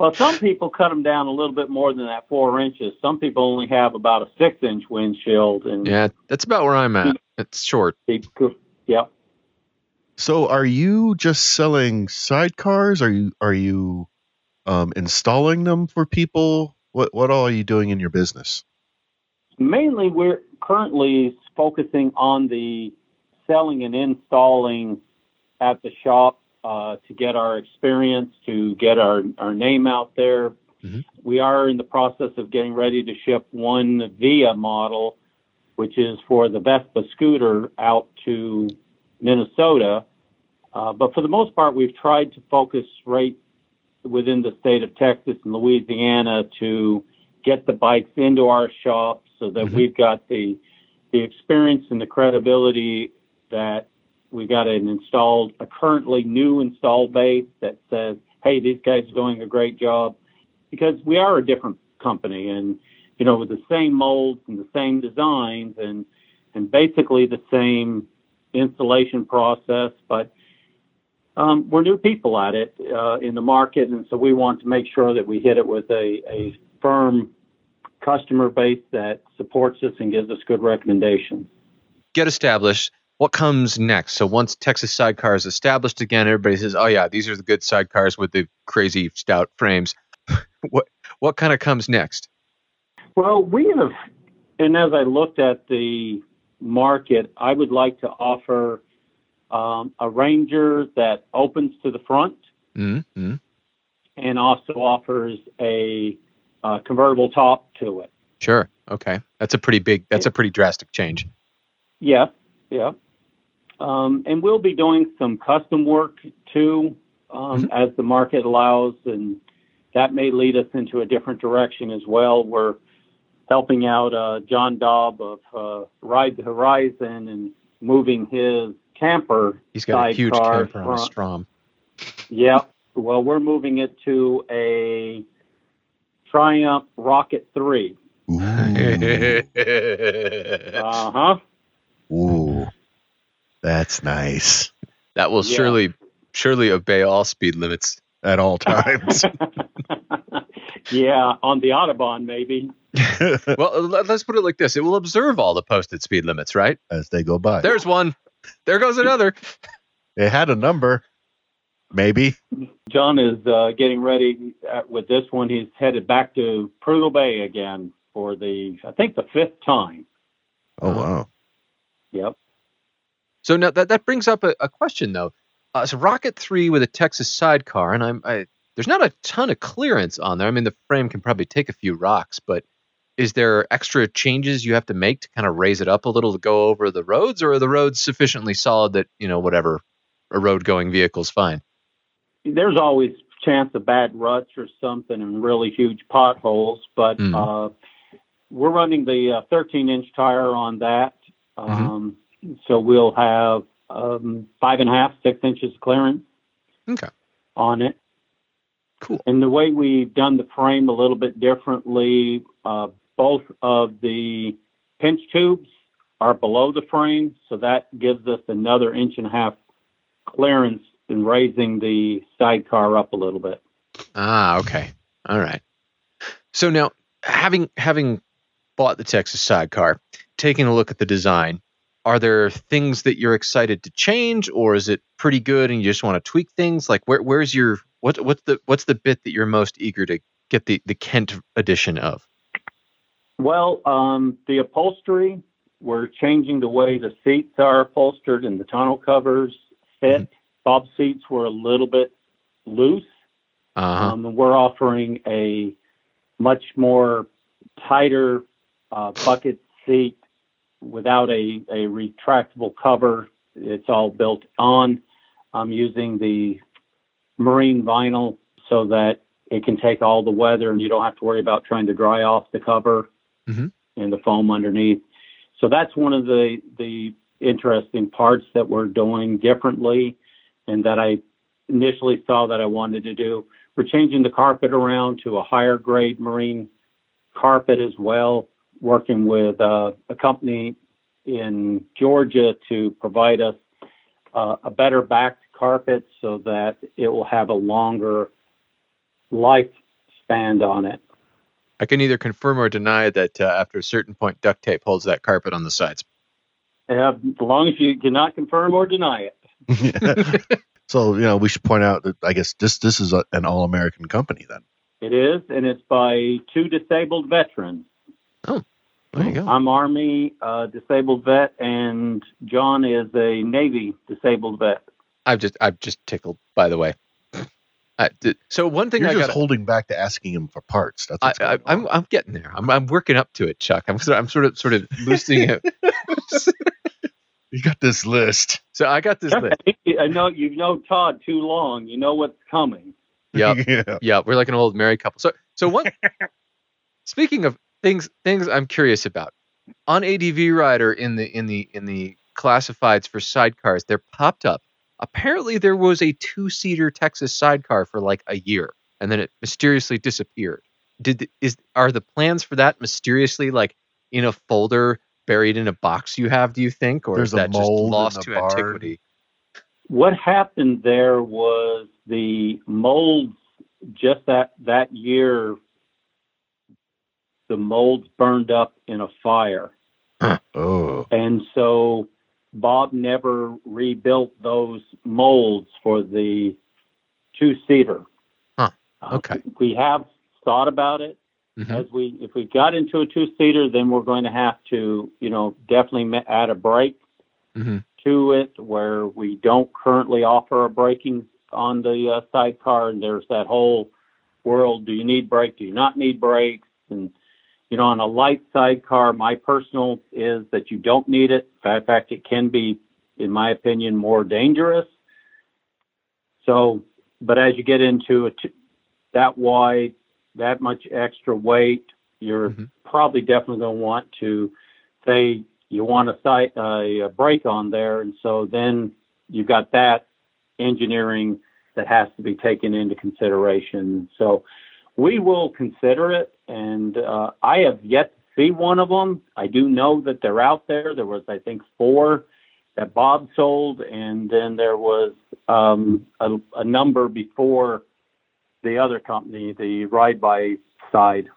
S3: Well, some people cut them down a little bit more than that four inches. Some people only have about a six inch windshield, and
S1: Yeah, that's about where I'm at. It's short.
S3: they could- yeah.
S2: So are you just selling sidecars? Are you are you um, installing them for people? What what all are you doing in your business?
S3: mainly we're currently focusing on the selling and installing at the shop uh, to get our experience, to get our, our name out there.
S1: Mhm.
S3: We are in the process of getting ready to ship one VIA model, which is for the Vespa scooter, out to Minnesota. Uh, but for the most part, we've tried to focus right within the state of Texas and Louisiana to get the bikes into our shop so that
S1: Mhm.
S3: we've got the the experience and the credibility that we got an installed a currently new installed base that says, hey, these guys are doing a great job because we are a different company and you know with the same molds and the same designs and and basically the same installation process, but um, we're new people at it uh, in the market, and so we want to make sure that we hit it with a, a firm customer base that supports us and gives us good recommendations.
S1: Get established. What comes next? So once Texas Sidecar is established again, everybody says, "Oh yeah, these are the good sidecars with the crazy stout frames." what what kind of comes next?
S3: Well, we have, and as I looked at the market, I would like to offer um, a Ranger that opens to the front
S1: Mm-hmm.
S3: and also offers a uh, convertible top to it.
S1: Sure. Okay. That's a pretty big. That's a pretty drastic change.
S3: Yeah, yeah. Um, and we'll be doing some custom work too, um, as the market allows, and that may lead us into a different direction as well. We're helping out uh, John Dobb of uh, Ride the Horizon and moving his camper.
S1: He's got a huge
S3: Sidecar
S1: camper on a
S3: front.
S1: Strom.
S3: Yeah. Well, we're moving it to a Triumph Rocket 3.
S2: Ooh,
S3: Uh huh.
S2: Ooh. that's nice
S1: That will
S3: Yeah.
S1: surely surely obey all speed limits.
S2: at all times.
S3: yeah, on the Autobahn, maybe.
S1: Well, let- let's put it like this: it will observe all the posted speed limits, right?
S2: as they go by.
S1: There's one. There goes another.
S2: It had a number, maybe.
S3: John is uh, getting ready uh with this one. He's headed back to Prudhoe Bay again for the, I think, the fifth time.
S2: Oh
S1: Uh-huh.
S2: wow!
S3: Yep.
S1: So now that that brings up a, a question though. Uh, so Rocket Three with a Texas sidecar, and I'm I, there's not a ton of clearance on there. I mean, the frame can probably take a few rocks, but is there extra changes you have to make to kind of raise it up a little to go over the roads, or are the roads sufficiently solid that you know whatever a road going vehicle's fine?
S3: There's always chance of bad ruts or something and really huge potholes, but
S1: Mhm.
S3: uh, we're running the uh, 13 inch tire on that. Um, So we'll have um, five and a half, six inches clearance
S1: Okay.
S3: on it.
S1: Cool.
S3: And the way we've done the frame a little bit differently, uh, both of the pinch tubes are below the frame, so that gives us another inch and a half clearance in raising the sidecar up a little bit.
S1: Ah, okay. All right. So now having having bought the Texas sidecar, taking a look at the design, are there things that you're excited to change or is it pretty good and you just want to tweak things? Like where where's your what what's the what's the bit that you're most eager to get the the Kent edition of?
S3: Well, um, the upholstery, we're changing the way the seats are upholstered and the tonneau covers fit. Bob's seats were a little bit loose.
S1: Uh-huh.
S3: Um, and we're offering a much more tighter uh, bucket seat without a, a retractable cover. It's all built on. I'm using the marine vinyl so that it can take all the weather and you don't have to worry about trying to dry off the cover
S1: Mhm.
S3: and the foam underneath. So that's one of the, the interesting parts that we're doing differently and that I initially saw that I wanted to do. We're changing the carpet around to a higher grade marine carpet as well, working with uh, a company in Georgia to provide us uh, a better backed carpet so that it will have a longer lifespan on it.
S1: I can either confirm or deny that uh, after a certain point duct tape holds that carpet on the sides.
S3: Uh, as long as you cannot confirm or deny it.
S2: so you know we should point out that I guess this this is a, an all American company then.
S3: It is, and it's by two disabled veterans.
S1: There you go.
S3: I'm Army uh, disabled vet, and John is a Navy disabled vet.
S1: I've just I've just tickled by the way. I did- so one thing
S2: You're
S1: I
S2: just
S1: got
S2: holding back to asking him for parts. That's
S1: I,
S2: what's
S1: I,
S2: going
S1: I'm
S2: on.
S1: I'm getting there. I'm I'm working up to it, Chuck. I'm sort of, I'm sort of sort of loosening it.
S2: you got this list.
S1: So I got this list.
S3: I know you've known Todd too long. You know what's coming.
S1: Yep,
S2: yeah.
S1: yep. We're like an old married couple. So so one. speaking of things things I'm curious about on ADV Rider in the in the in the classifieds for sidecars, they're popped up. Apparently, there was a two seater Texas sidecar for like a year, and then it mysteriously disappeared. Did the- is are the plans for that mysteriously like in a folder buried in a box you have? Do you think, or is
S2: There's a
S1: that just
S2: mold in
S1: lost
S2: the
S1: to
S2: barn.
S1: antiquity?
S3: What happened there was the molds just that that year. The molds burned up in a fire,
S2: Oh.
S3: and so Bob never rebuilt those molds for the two seater.
S1: Huh, okay.
S3: we have thought about it.
S1: Mhm.
S3: as we if we got into a two seater, then we're going to have to you know definitely ma- add a brake
S1: Mhm.
S3: to it where we don't currently offer a braking on the uh, sidecar. And there's that whole world: do you need brake? Do you not need brakes? And you know, on a light sidecar, my personal is that you don't need it. In fact, it can be, in my opinion, more dangerous. So, but as you get into a t- that wide, that much extra weight, you're
S1: Mhm.
S3: probably definitely going to want to say you want a site a, a brake on there, and so then you've got that engineering that has to be taken into consideration. So we will consider it, and uh, I have yet to see one of them. I do know that they're out there. There was, I think, four that Bob sold, and then there was um, a, a number before the other company, the Ride By side.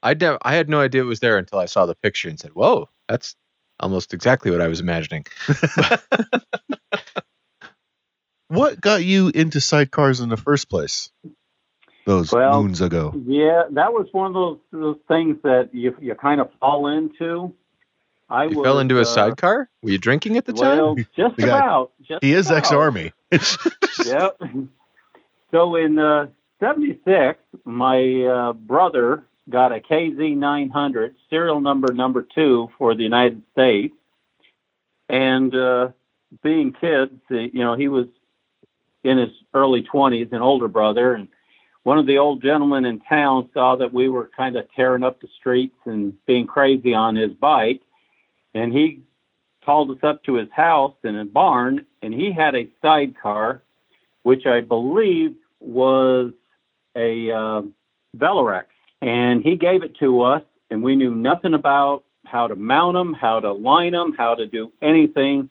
S1: I nev- I had no idea it was there until I saw the picture and said, "Whoa, that's almost exactly what I was imagining."
S2: What got you into sidecars in the first place? Those
S3: Well-
S2: moons ago.
S3: Yeah, that was one of those, those things that you you kind of fall into. I
S1: You
S3: was,
S1: fell into
S3: uh,
S1: a sidecar. Were you drinking at the time?
S3: Well, just
S2: The guy-
S3: about. Just
S2: He is
S3: about.
S2: ex army.
S3: yep. So in uh, 76, my uh, brother got a KZ900, serial number number two for the United States. And uh, being kids, the- you know, he was in his early 20s, an older brother. And one of the old gentlemen in town saw that we were kind of tearing up the streets and being crazy on his bike. And he called us up to his house in a barn, and he had a sidecar, which I believe was a uh, Velarex. And he gave it to us, and we knew nothing about how to mount them, how to line them, how to do anything.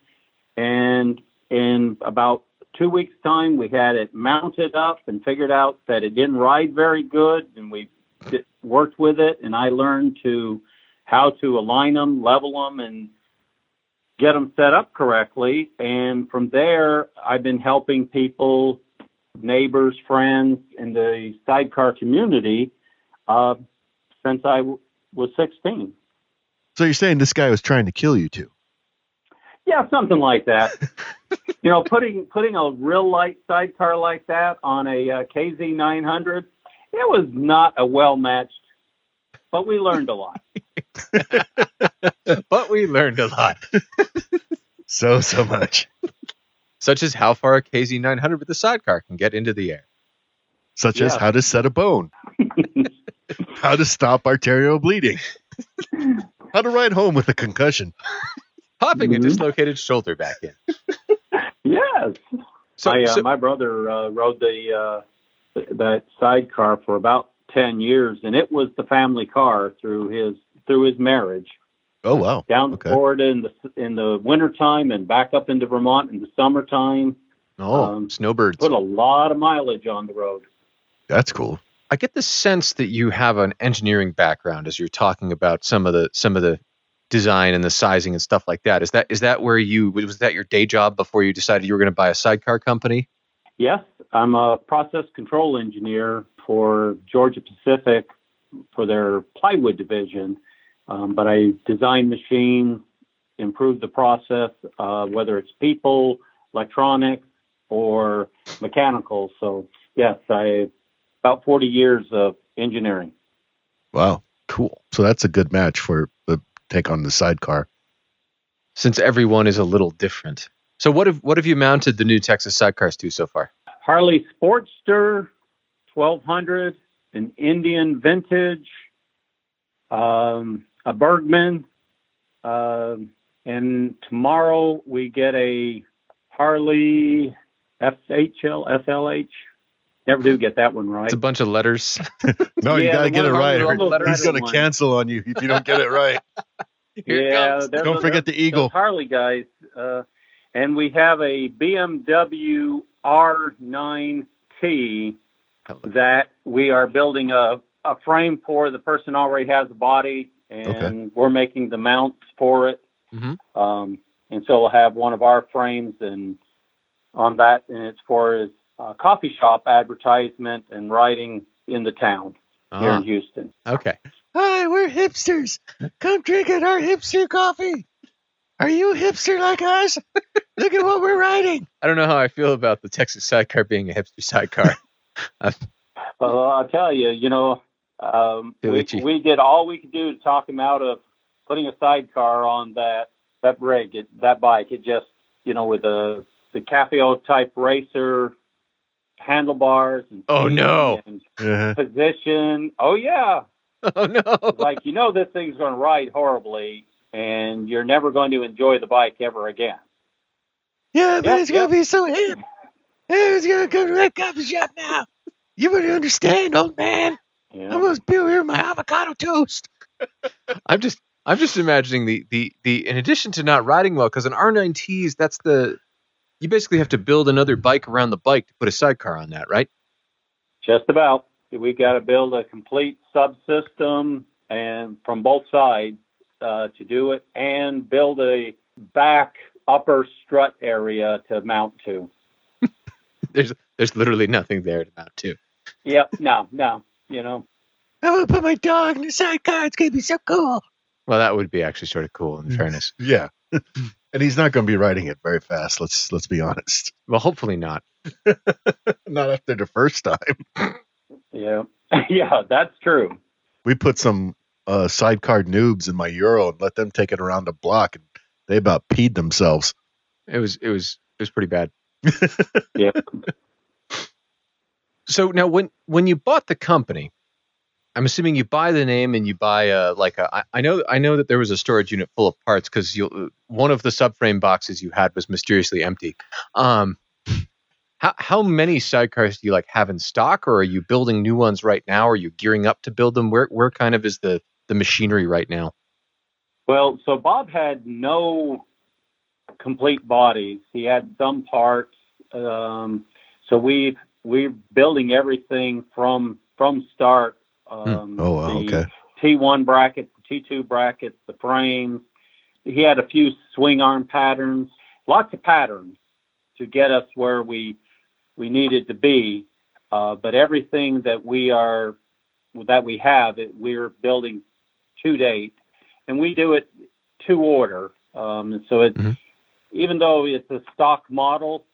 S3: And in about two weeks' time, we had it mounted up and figured out that it didn't ride very good, and we d- worked with it, and I learned to how to align them, level them, and get them set up correctly. And from there, I've been helping people, neighbors, friends in the sidecar community uh, since I w- was 16.
S2: So you're saying this guy was trying to kill you too?
S3: Yeah, something like that. you know, putting putting a real light sidecar like that on a uh, KZ900, it was not a well matched, but we learned a lot.
S1: but we learned a lot,
S2: So so much.
S1: such as how far a KZ900 with a sidecar can get into the air.
S2: Such as
S3: Yeah.
S2: how to set a bone, how to stop arterial bleeding, how to ride home with a concussion.
S1: popping
S3: Mhm.
S1: a dislocated shoulder back in.
S3: yes.
S1: So,
S3: my, uh,
S1: so-
S3: my brother uh, rode the uh, that sidecar for about ten years, and it was the family car through his through his marriage
S2: Oh wow.
S3: down
S2: Okay.
S3: to Florida in the in the wintertime and back up into Vermont in the summertime.
S2: Oh,
S3: um,
S1: snowbirds.
S3: Put a lot of mileage on the road.
S2: that's cool.
S1: I get the sense that you have an engineering background as you're talking about some of the some of the design and the sizing and stuff like that. Is that is that where you was that your day job before you decided you were going to buy a sidecar company?
S3: Yes, I'm a process control engineer for Georgia Pacific for their plywood division, um, but I design machines, improve the process, uh, whether it's people, electronics, or mechanical. So yes, I about 40 years of engineering.
S2: Wow. Cool. So that's a good match for the take on the sidecar.
S1: Since everyone is a little different. So what have what have you mounted the new Texas sidecars to so far?
S3: Harley Sportster 1200, an Indian Vintage, um, a Bergman, um, and tomorrow we get a Harley FHL, FLH. Never do get that one right.
S1: It's a bunch of letters.
S2: No, you
S3: Yeah,
S2: got to
S3: the
S2: get it
S3: one on
S2: right.
S3: the
S2: or
S3: little
S2: He's
S3: letter
S2: going to
S3: one.
S2: cancel on you if you don't get it right.
S1: Here it
S3: yeah,
S1: comes.
S3: there's
S2: don't
S3: a-
S2: forget the
S3: those
S2: eagle.
S3: Harley guys. Uh, and we have a BMW R9T that we are building a, a frame for. The person already has a body, and
S2: Okay.
S3: we're making the mounts for it.
S1: Mhm.
S3: Um, and so we'll have one of our frames and on that, and it's for his uh, coffee shop advertisement and writing in the town here in
S1: Ah,
S3: Houston.
S1: okay.
S2: Hi, we're hipsters. Come drink at our hipster coffee. Are you hipster like us? Look at what we're riding.
S1: I don't know how I feel about the Texas sidecar being a hipster sidecar.
S3: Well, I'll tell you, you know, um,
S1: Too
S3: we,
S1: itchy.
S3: we did all we could do to talk him out of putting a sidecar on that that rig, it, that bike. It just, you know, with the the Capio type racer handlebars. And
S1: Oh, no.
S3: And
S2: Uh-huh.
S3: position. Oh yeah,
S1: oh no.
S3: like you know, this thing's going to ride horribly, and you're never going to enjoy the bike ever again.
S2: Yeah,
S3: but it's gonna
S2: be so hip. It's gonna come to that coffee shop now. You better understand, old man.
S3: You
S2: I'm
S3: know?
S2: gonna spill here my avocado toast.
S1: I'm just I'm just imagining the the the in addition to not riding well because an R9T's that's the you basically have to build another bike around the bike to put a sidecar on that, right?
S3: Just about. We got to build a complete subsystem, and from both sides uh, to do it and build a back upper strut area to mount to.
S1: There's there's literally nothing there to mount to.
S3: Yep, no, no, you know.
S1: I want to put my dog in the sidecar. It's gonna be so cool. Well, that would be actually sort of cool.
S2: Mm.
S1: In fairness,
S2: Yeah. and he's not going to be riding it very fast. Let's let's be honest.
S1: well, hopefully not.
S2: Not after the first time.
S3: Yeah, yeah, that's true.
S2: We put some uh, sidecar noobs in my Euro and let them take it around the block, and they about peed themselves.
S1: It was it was it was pretty bad.
S3: Yeah.
S1: So now, when when you bought the company, I'm assuming you buy the name and you buy a like a. I, I know I know that there was a storage unit full of parts because you one of the subframe boxes you had was mysteriously empty. Um, how how many sidecars do you like have in stock, or are you building new ones right now? Are you gearing up to build them? Where where kind of is the the machinery right now?
S3: Well, so Bob had no complete bodies. He had some parts. Um, so we we're building everything from from start. Um,
S2: Oh, wow,
S3: the
S2: okay.
S3: T1 brackets, T2 brackets, the frames. He had a few swing arm patterns, lots of patterns to get us where we we needed to be. Uh, but everything that we are that we have, it, we're building to date, and we do it to order. Um, and so it,
S1: Mhm.
S3: even though it's a stock model,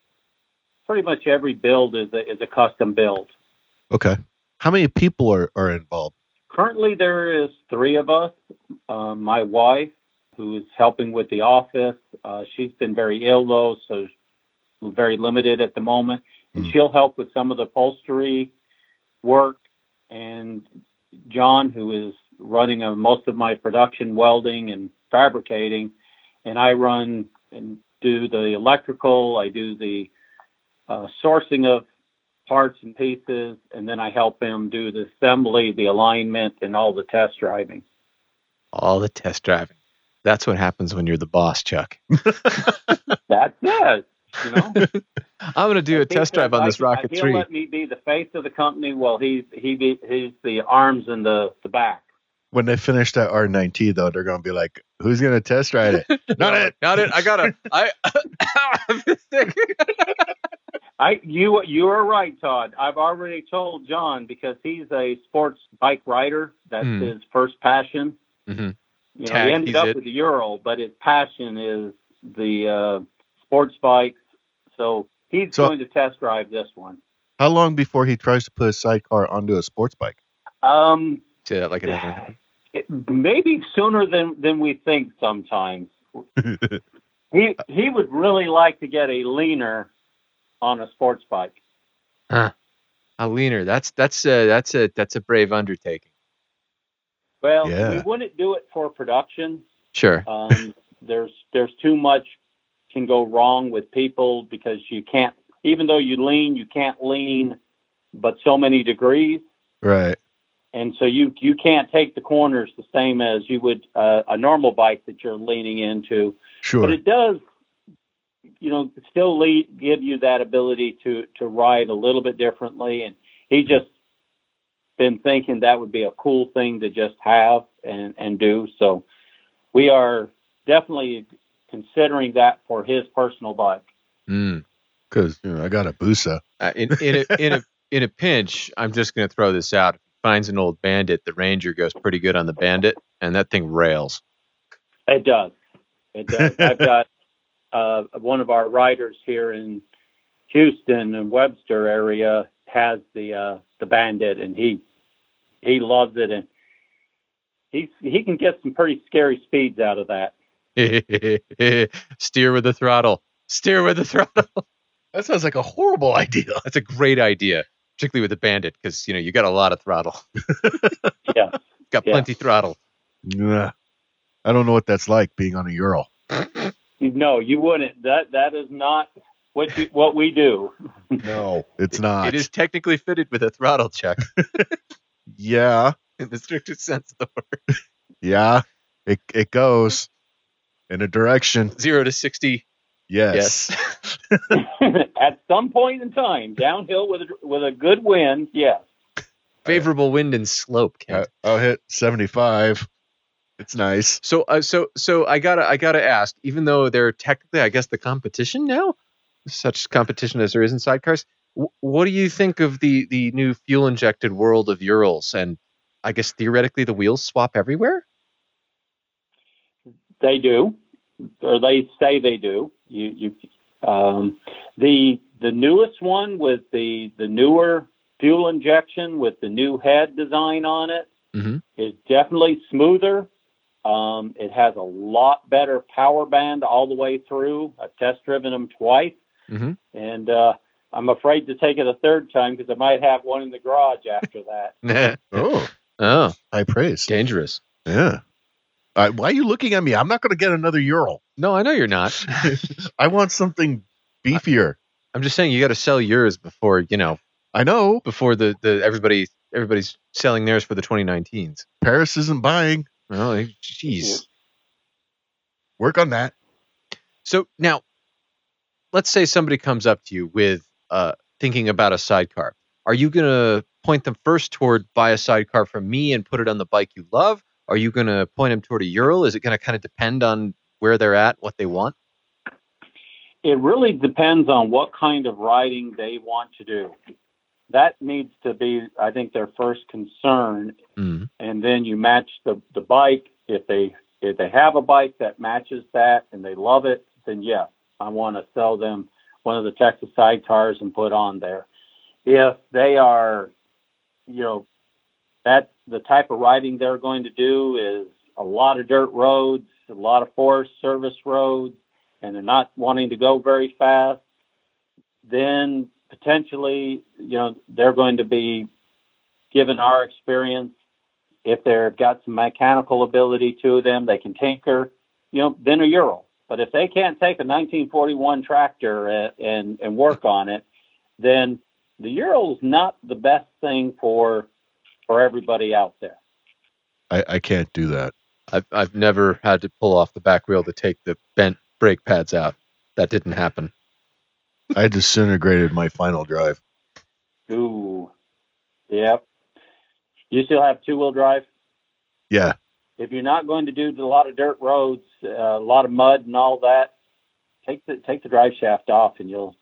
S3: pretty much every build is a, is a custom build.
S2: Okay. How many people are, are involved?
S3: Currently, there is three of us. Uh, my wife, who is helping with the office, uh, she's been very ill though, so we're very limited at the moment. And
S2: Mm.
S3: she'll help with some of the upholstery work. And John, who is running uh, most of my production, welding and fabricating, and I run and do the electrical. I do the uh, sourcing of parts and pieces, and then I help him do the assembly, the alignment, and all the test driving.
S1: All the test driving. That's what happens when you're the boss, Chuck.
S3: That's it. You know,
S1: I'm going to do a
S3: He
S1: test
S3: said,
S1: drive on this
S3: like,
S1: Rocket
S3: he'll
S1: 3.
S3: let me be the face of the company. Well, he's he be, he's the arms and the the back.
S2: When they finish that R9T, though, they're going to be like, who's going to test ride it? Not it.
S1: Not it. I got to I
S3: I you you are right, Todd. I've already told John because he's a sports bike rider. That's
S1: Hmm.
S3: his first passion.
S1: Mhm.
S3: You know,
S1: Tag,
S3: he ended
S1: he's
S3: up
S1: it.
S3: with the Ural, but his passion is the uh, sports bikes. So he's
S2: So-
S3: going to test drive this one.
S2: How long before he tries to put a sidecar onto a sports bike?
S3: Um,
S1: say that like it hasn't happened.
S3: it- maybe sooner than than we think sometimes. he he would really like to get a leaner on a sports bike.
S1: A leaner. That's that's a that's a that's a brave undertaking.
S3: Well, we
S2: Yeah.
S3: wouldn't do it for production.
S1: Sure.
S3: Um, there's there's too much can go wrong with people because you can't even though you lean you can't lean but so many degrees
S2: Right.
S3: and so you you can't take the corners the same as you would uh, a normal bike that you're leaning into
S2: Sure.
S3: But it does, you know, still lead, give you that ability to to ride a little bit differently. And he just been thinking that would be a cool thing to just have and and do. So we are definitely considering that for his personal bike.
S1: Mm.
S2: Because you know, I got a Busa.
S1: Uh, in in a, in a in a pinch, I'm just going to throw this out. If he finds an old bandit, the ranger goes pretty good on the bandit, and that thing rails.
S3: It does. It does. I've got uh, one of our riders here in Houston and Webster area has the uh, the Bandit, and he he loves it, and he he can get some pretty scary speeds out of that.
S1: Steer with the throttle. Steer with the throttle.
S2: That sounds like a horrible idea.
S1: That's a great idea, particularly with the bandit, because you know you got a lot of throttle.
S3: Yeah.
S1: Got
S3: Yeah.
S1: plenty throttle.
S2: Yeah. I don't know what that's like being on a Ural.
S3: No, you wouldn't. That that is not what you, what we do.
S2: No, it's not.
S1: It is technically fitted with a throttle check
S2: Yeah.
S1: in the strictest sense of the word.
S2: Yeah. It it goes in a direction.
S1: Zero to sixty.
S2: Yes.
S1: Yes. Oh,
S3: At some point in time, downhill with a, with a good wind, yes.
S1: favorable wind and slope.
S2: I,
S1: Kent.
S2: I'll hit 75. It's nice.
S1: so, uh, so, so I gotta, I gotta ask. Even though they're technically, I guess, the competition now, such competition as there is in sidecars. wh- What do you think of the the new fuel injected world of Urals? And I guess theoretically, the wheels swap everywhere.
S3: They do, or they say they do. You, you, um, the the newest one with the the newer fuel injection with the new head design on it is
S1: Mhm.
S3: definitely smoother. Um, it has a lot better power band all the way through. I've test driven them twice,
S1: Mhm.
S3: and uh, I'm afraid to take it a third time because I might have one in the garage after that.
S1: Mm-hmm.
S2: Oh,
S1: oh,
S2: high praise.
S1: dangerous.
S2: Yeah. Uh, why are you looking at me? I'm not going to get another Ural.
S1: No, I know you're not.
S2: I want something beefier.
S1: I'm just saying you got to sell yours before you know
S2: I know
S1: before the the everybody everybody's selling theirs for the 2019s.
S2: Paris isn't buying.
S1: Well, eh, jeez.
S2: Work on that.
S1: So now, let's say somebody comes up to you with uh, thinking about a sidecar. Are you gonna point them first toward buy a sidecar from me and put it on the bike you love? Are you gonna point them toward a Ural? Is it gonna kind of depend on where they're at, what they want?
S3: It really depends on what kind of riding they want to do. That needs to be, I think, their first concern.
S1: Mm.
S3: And then you match the, the bike. If they if they have a bike that matches that and they love it, then yes, I want to sell them one of the Texas sidecars and put on there. If they are, you know, that the type of riding they're going to do is a lot of dirt roads, a lot of forest service roads and they're not wanting to go very fast, then potentially, you know, they're going to be given our experience. If they've got some mechanical ability to them, they can tinker, you know, then a Ural. But if they can't take a 1941 tractor and, and, and work on it, then the Ural's not the best thing for for everybody out there.
S2: I, I can't do that.
S1: I've I've never had to pull off the back wheel to take the bent brake pads out. That didn't happen.
S2: I disintegrated my final drive.
S3: Ooh. Yep. You still have two wheel drive?
S2: Yeah.
S3: if you're not going to do a lot of dirt roads, uh, a lot of mud and all that, take the take the drive shaft off, and you'll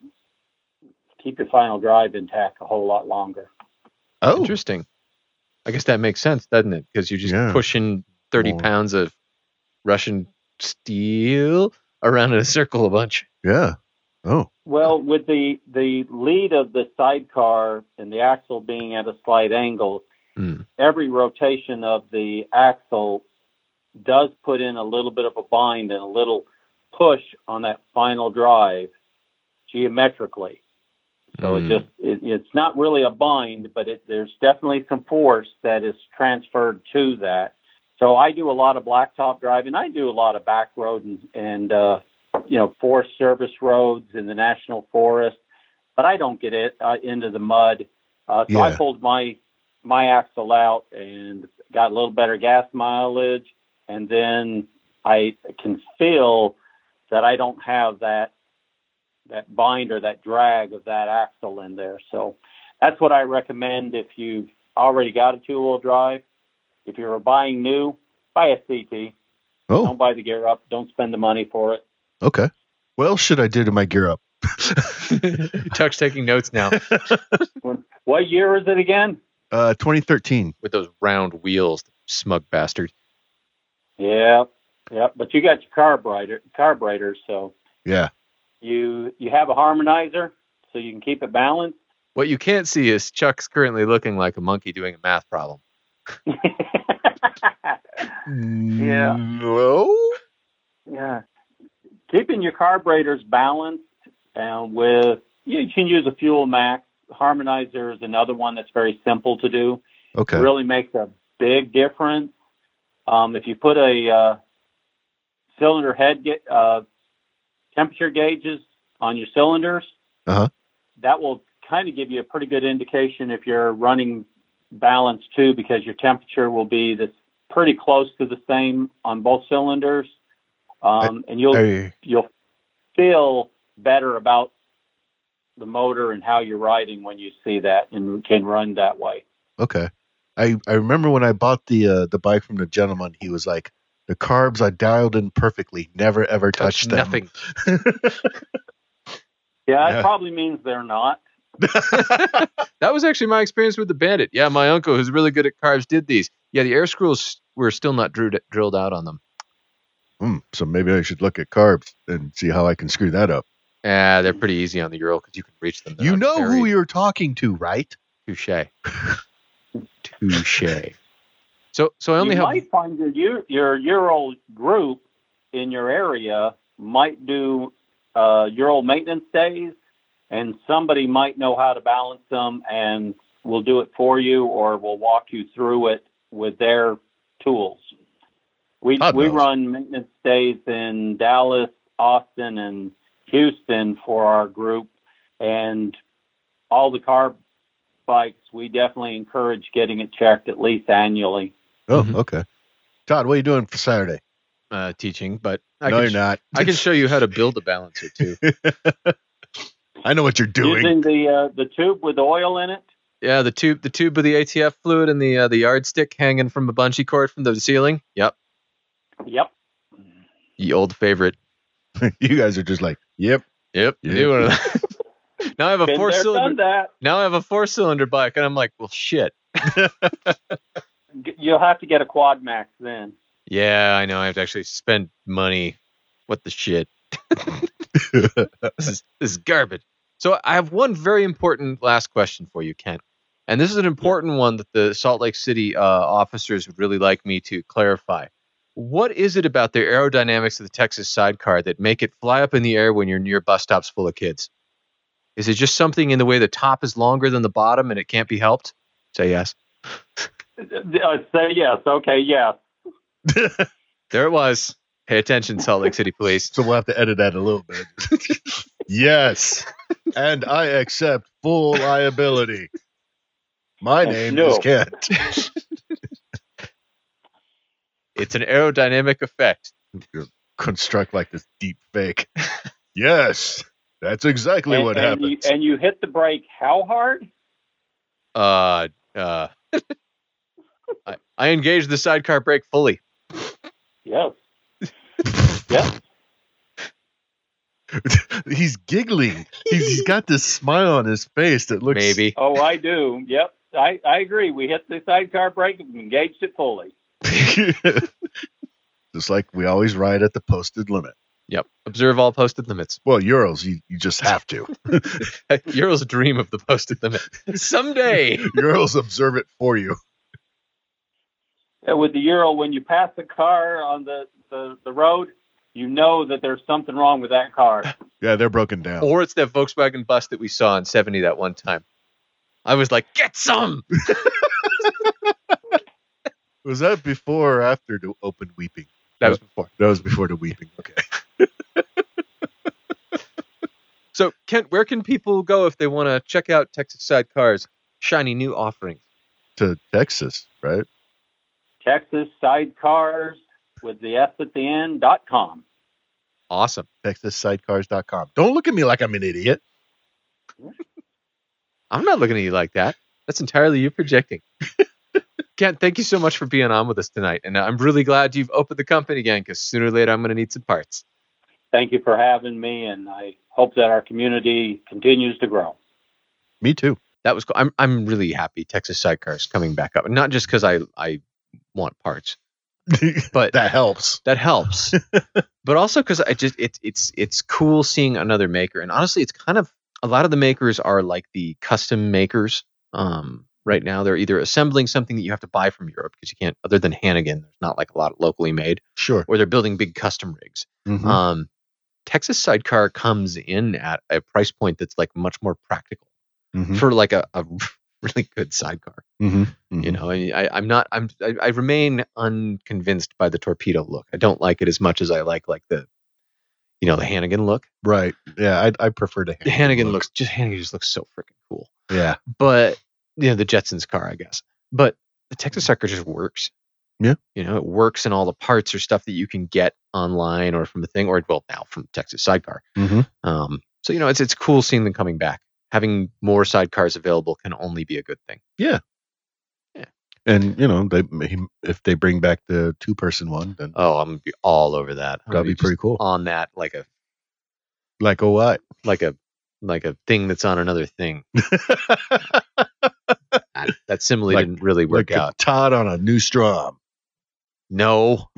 S3: keep your final drive intact a whole lot longer.
S2: Oh,
S1: Interesting. I guess that makes sense, doesn't it? Because you're just
S2: Yeah.
S1: pushing 30
S2: More.
S1: pounds of Russian steel around in a circle a bunch.
S2: yeah. Oh,
S3: Well, with the the lead of the sidecar and the axle being at a slight angle,
S1: Mm.
S3: every rotation of the axle does put in a little bit of a bind and a little push on that final drive geometrically. So
S1: Hmm.
S3: it just it, it's not really a bind, but it, there's definitely some force that is transferred to that. So I do a lot of blacktop driving. I do a lot of back road and, and uh, you know forest service roads in the national forest, but I don't get it uh, into the mud. Uh, so I
S2: Yeah.
S3: pulled my my axle out and got a little better gas mileage, and then I can feel that I don't have that that bind or that drag of that axle in there. So that's what I recommend if you've already got a two wheel drive. If you're buying new, buy a CT.
S2: oh,
S3: Don't buy the gear up. Don't spend the money for it.
S2: okay. What else should I do to my gear up?
S1: Mm. Chuck's taking notes now
S3: What year is it again?
S2: Uh, 2013.
S1: with those round wheels, smug bastard.
S3: Yeah, yeah. But you got your carburetor, carburetor. So
S2: Yeah.
S3: you you have a harmonizer, so you can keep it balanced.
S1: What you can't see is Chuck's currently looking like a monkey doing a math problem.
S2: Yeah. No.
S3: Yeah. Keeping your carburetors balanced and with, you can use a fuel max. Harmonizer is another one that's very simple to do.
S2: Okay.
S3: It really makes a big difference. Um, if you put a uh, cylinder head ga- uh, temperature gauges on your cylinders,
S2: Uh-huh.
S3: that will kind of give you a pretty good indication if you're running balanced too, because your temperature will be this pretty close to the same on both cylinders. Um, and you'll
S2: I-
S3: you'll feel better about the motor and how you're riding when you see that and can run that way.
S2: Okay. I, I remember when I bought the uh, the bike from the gentleman, he was like, "The carbs I dialed in perfectly. Never ever touched
S1: Touch
S2: them."
S1: nothing.
S3: Yeah, it
S2: Yeah.
S3: probably means they're not.
S1: That was actually my experience with the Bandit. Yeah, my uncle, who's really good at carbs, did these. Yeah, the air screws were still not drew, drilled out on them.
S2: Hmm, so maybe I should look at carbs and see how I can screw that up.
S1: Ah, they're pretty easy on the Ural because you can reach them. They're
S2: you
S1: not
S2: know who
S1: very-
S2: you're talking to, right?
S1: Touche. Touche. So, so I only
S3: you
S1: have.
S3: might find your year- your Ural group in your area might do uh, Ural maintenance days, and somebody might know how to balance them and will do it for you, or will walk you through it with their tools. We
S2: God
S3: we
S2: knows.
S3: run maintenance days in Dallas, Austin, and Houston for our group, and all the car bikes. We definitely encourage getting it checked at least annually.
S2: Oh,
S1: Mhm.
S2: okay. Todd, what are you doing for Saturday?
S1: uh, teaching, but I
S2: no,
S1: can
S2: you're not.
S1: I can show you how to build a balancer too.
S2: I know what you're doing.
S3: Using the uh, the tube with oil in it.
S1: Yeah, the tube, the tube of the ATF fluid, and the uh, the yardstick hanging from a bungee cord from the ceiling. Yep,
S3: Yep.
S1: the old favorite.
S2: you guys are just like, yep.
S1: Yep,
S2: Yeah.
S1: you do one of those. now I have a
S3: Been
S1: four
S3: there,
S1: cylinder.
S3: done that.
S1: Now I have a four cylinder bike, and I'm like, well, shit.
S3: G- You'll have to get a quad max then.
S1: Yeah, I know. I have to actually spend money. What the shit? this is this is garbage. So I have one very important last question for you, Kent, and this is an important one that the Salt Lake City uh, officers would really like me to clarify. What is it about the aerodynamics of the Texas sidecar that make it fly up in the air when you're near bus stops full of kids? Is it just something in the way the top is longer than the bottom and it can't be helped? Say yes.
S3: Uh, say yes. Okay. Yes.
S1: There it was. Pay attention, Salt Lake City police.
S2: So we'll have to edit that a little bit. yes. And I accept full liability. My name
S3: Oh, No.
S2: is Kent.
S1: It's an aerodynamic effect.
S2: Construct like this deep fake. Yes. That's exactly
S3: and,
S2: what
S3: and
S2: happens.
S3: You, and you hit the brake how hard?
S1: uh, uh, I, I engaged the sidecar brake fully.
S3: Yes. yes.
S2: he's giggling. He's, he's got this smile on his face that looks
S1: maybe
S3: Oh, I do. Yep. I, I agree. We hit the sidecar brake and engaged it fully.
S2: just like we always ride at the posted limit.
S1: observe all posted limits.
S2: Well, Euros, you, you just have to.
S1: Euro's dream of the posted limit. Someday,
S2: Euros observe it for you.
S3: And with the Euro, when you pass a car on the, the, the road, you know that there's something wrong with that car.
S2: Yeah, they're broken down.
S1: or it's that Volkswagen bus that we saw in '70 that one time. I was like, get some.
S2: Was that before or after the open weeping?
S1: That was before.
S2: That was before the weeping. Okay.
S1: So, Kent, where can people go if they want to check out Texas Sidecars' shiny new offering?
S2: To Texas, right?
S3: Texas Sidecars with the S at the end dot com.
S1: Awesome.
S2: TexasSidecars.com. Don't look at me like I'm an idiot.
S1: I'm not looking at you like that. That's entirely you projecting. Kent, thank you so much for being on with us tonight, and I'm really glad you've opened the company again. Because sooner or later, I'm going to need some parts.
S3: Thank you for having me, and I hope that our community continues to grow.
S2: Me too.
S1: that was cool. I'm I'm really happy Texas Sidecars coming back up, not just because I I want parts, but
S2: that helps.
S1: that helps, but also because I just it's it's it's cool seeing another maker, and honestly, it's kind of a lot of the makers are like the custom makers. Um, right now they're either assembling something that you have to buy from Europe because you can't, other than Hannigan, there's not like a lot locally made,
S2: Sure.
S1: or they're building big custom rigs.
S2: Mhm.
S1: Um, Texas Sidecar comes in at a price point that's like much more practical
S2: Mhm.
S1: for like a, a really good sidecar
S2: Mhm. Mhm.
S1: you know I, I i'm not i'm I, I remain unconvinced by the torpedo look i don't like it as much as i like like the you know the hannigan look
S2: Right. Yeah, I, I prefer to
S1: the hannigan looks just hannigan just looks so freaking cool
S2: Yeah.
S1: but you know the jetsons car i guess but the texas sucker just works
S2: Mm-hmm. Yeah.
S1: you know it works and all the parts or stuff that you can get online or from a thing or well now from texas sidecar
S2: Mhm.
S1: um so you know it's it's cool seeing them coming back having more sidecars available can only be a good thing
S2: And you know, they if they bring back the two person one, then
S1: Oh, I'm gonna be all over that. I'm
S2: that'd
S1: gonna
S2: be pretty
S1: just
S2: cool.
S1: on that like a
S2: Like a what?
S1: like a like a thing that's on another thing. That, that simile
S2: Like-
S1: didn't really work
S2: like a
S1: out.
S2: Todd on a new strum.
S1: No.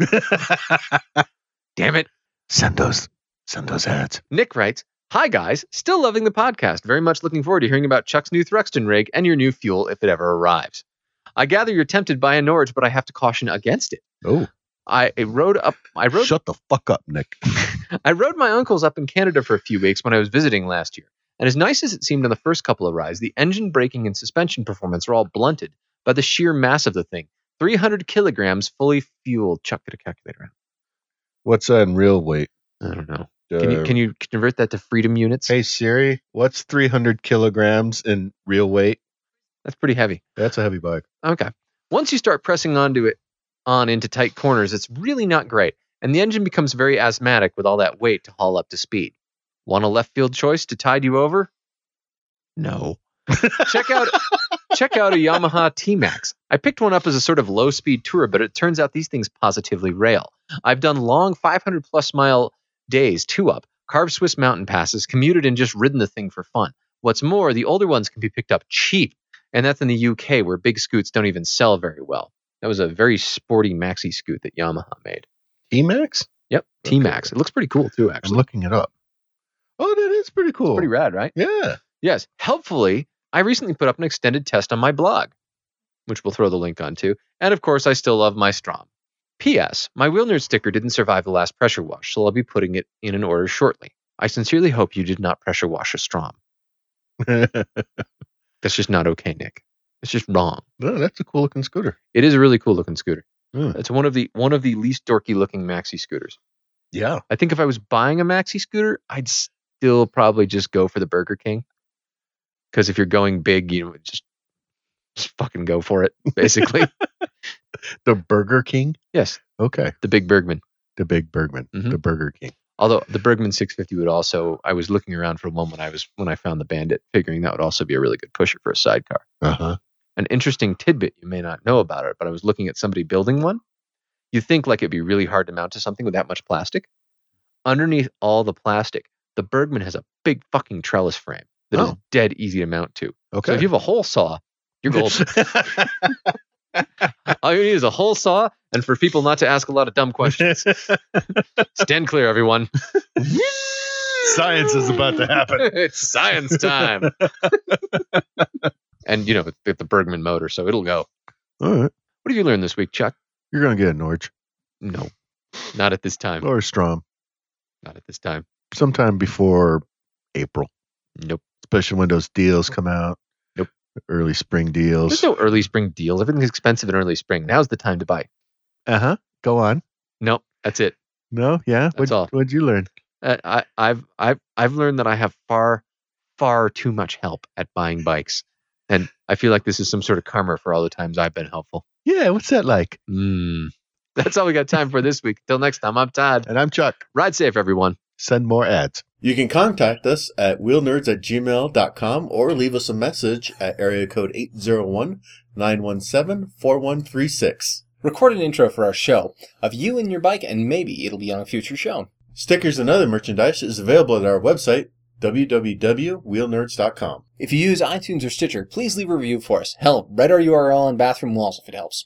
S1: Damn it.
S2: Send those, send those ads.
S1: Nick writes, Hi guys, still loving the podcast. Very much looking forward to hearing about Chuck's new Thruxton rig and your new fuel if it ever arrives. I gather you're tempted by a Norge, but I have to caution against it.
S2: Oh,
S1: I I rode up I rode
S2: shut the fuck up, Nick.
S1: I rode my uncle's up in Canada for a few weeks when I was visiting last year. And as nice as it seemed on the first couple of rides, the engine braking and suspension performance were all blunted by the sheer mass of the thing. 300 kilograms fully fueled. Chuck, get a calculator
S2: What's that in real weight? Uh,
S1: out. I don't know. Uh, Can you, can you convert that to freedom units?
S2: hey Siri, what's 300 kilograms in real weight?
S1: That's pretty heavy.
S2: That's a heavy bike.
S1: Okay. Once you start pressing onto it, on into tight corners, it's really not great, and the engine becomes very asthmatic with all that weight to haul up to speed. Want a left field choice to tide you over? No. check out check out a Yamaha T Max. I picked one up as a sort of low speed tour, but it turns out these things positively rail. I've done long 500 plus mile days, two up, carved Swiss mountain passes, commuted, and just ridden the thing for fun. What's more, the older ones can be picked up cheap and that's in the UK where big scoots don't even sell very well. That was a very sporty maxi scoot that Yamaha made.
S2: Emax?
S1: Yep, T Max. It looks pretty cool too,
S2: I'm
S1: actually.
S2: looking it up. Oh, that is pretty cool.
S1: Pretty rad, right?
S2: yeah.
S1: Yes. Helpfully, I recently put up an extended test on my blog, which we'll throw the link onto. And of course, I still love my Strom. P.S. My wheel nerd sticker didn't survive the last pressure wash, so I'll be putting it in an order shortly. I sincerely hope you did not pressure wash a Strom. That's just not okay, Nick. It's just wrong.
S2: no, that's a cool looking scooter.
S1: It is a really cool looking scooter.
S2: Hmm.
S1: It's one of the one of the least dorky looking maxi scooters.
S2: Yeah.
S1: I think if I was buying a maxi scooter, I'd still probably just go for the Burger King. Because if you're going big, you know, just just fucking go for it. Basically,
S2: The Burger King.
S1: yes,
S2: Okay.
S1: the big Bergman.
S2: The Big Bergman.
S1: Mhm.
S2: The Burger King.
S1: Although the Bergman 650 would also, I was looking around for one when I was when I found the Bandit, figuring that would also be a really good pusher for a sidecar.
S2: Uh huh.
S1: an interesting tidbit you may not know about it, but I was looking at somebody building one. You think like it'd be really hard to mount to something with that much plastic. Underneath all the plastic, the Bergman has a big fucking trellis frame that is
S2: Oh.
S1: dead easy to mount to. So
S2: Okay.
S1: if you have a hole saw, you're golden. all you need is a hole saw, and for people not to ask a lot of dumb questions, stand clear, everyone.
S2: Science is about to happen.
S1: it's science time. and you know, it's the Bergman motor, so it'll go.
S2: All right.
S1: What have you learned this week, Chuck?
S2: You're going to get a Norge
S1: No, not at this time.
S2: or a Strom
S1: Not at this time.
S2: sometime before April.
S1: Nope.
S2: Especially when those deals come out.
S1: Nope.
S2: Early spring
S1: There's
S2: deals.
S1: no early spring deals. Everything's expensive in early spring. Now's the time to buy.
S2: Uh huh. Go on.
S1: Nope, that's it.
S2: No, yeah.
S1: That's
S2: What'd,
S1: all.
S2: what'd you learn?
S1: Uh, I, I've I've I've learned that I have far far too much help at buying bikes, and I feel like this is some sort of karma for all the times I've been helpful.
S2: Yeah, what's that like?
S1: Mm. That's all we got time for this week. Till next time, I'm Todd.
S2: And I'm Chuck.
S1: Ride safe, everyone.
S2: Send more ads.
S4: You can contact us at wheelnerds at gmail.com or leave us a message at area code 801 917 4136.
S5: Record an intro for our show of you and your bike, and maybe it'll be on a future show.
S4: Stickers and other merchandise is available at our website, www.wheelnerds.com.
S5: If you use iTunes or Stitcher, please leave a review for us. Hell, write our URL on bathroom walls if it helps.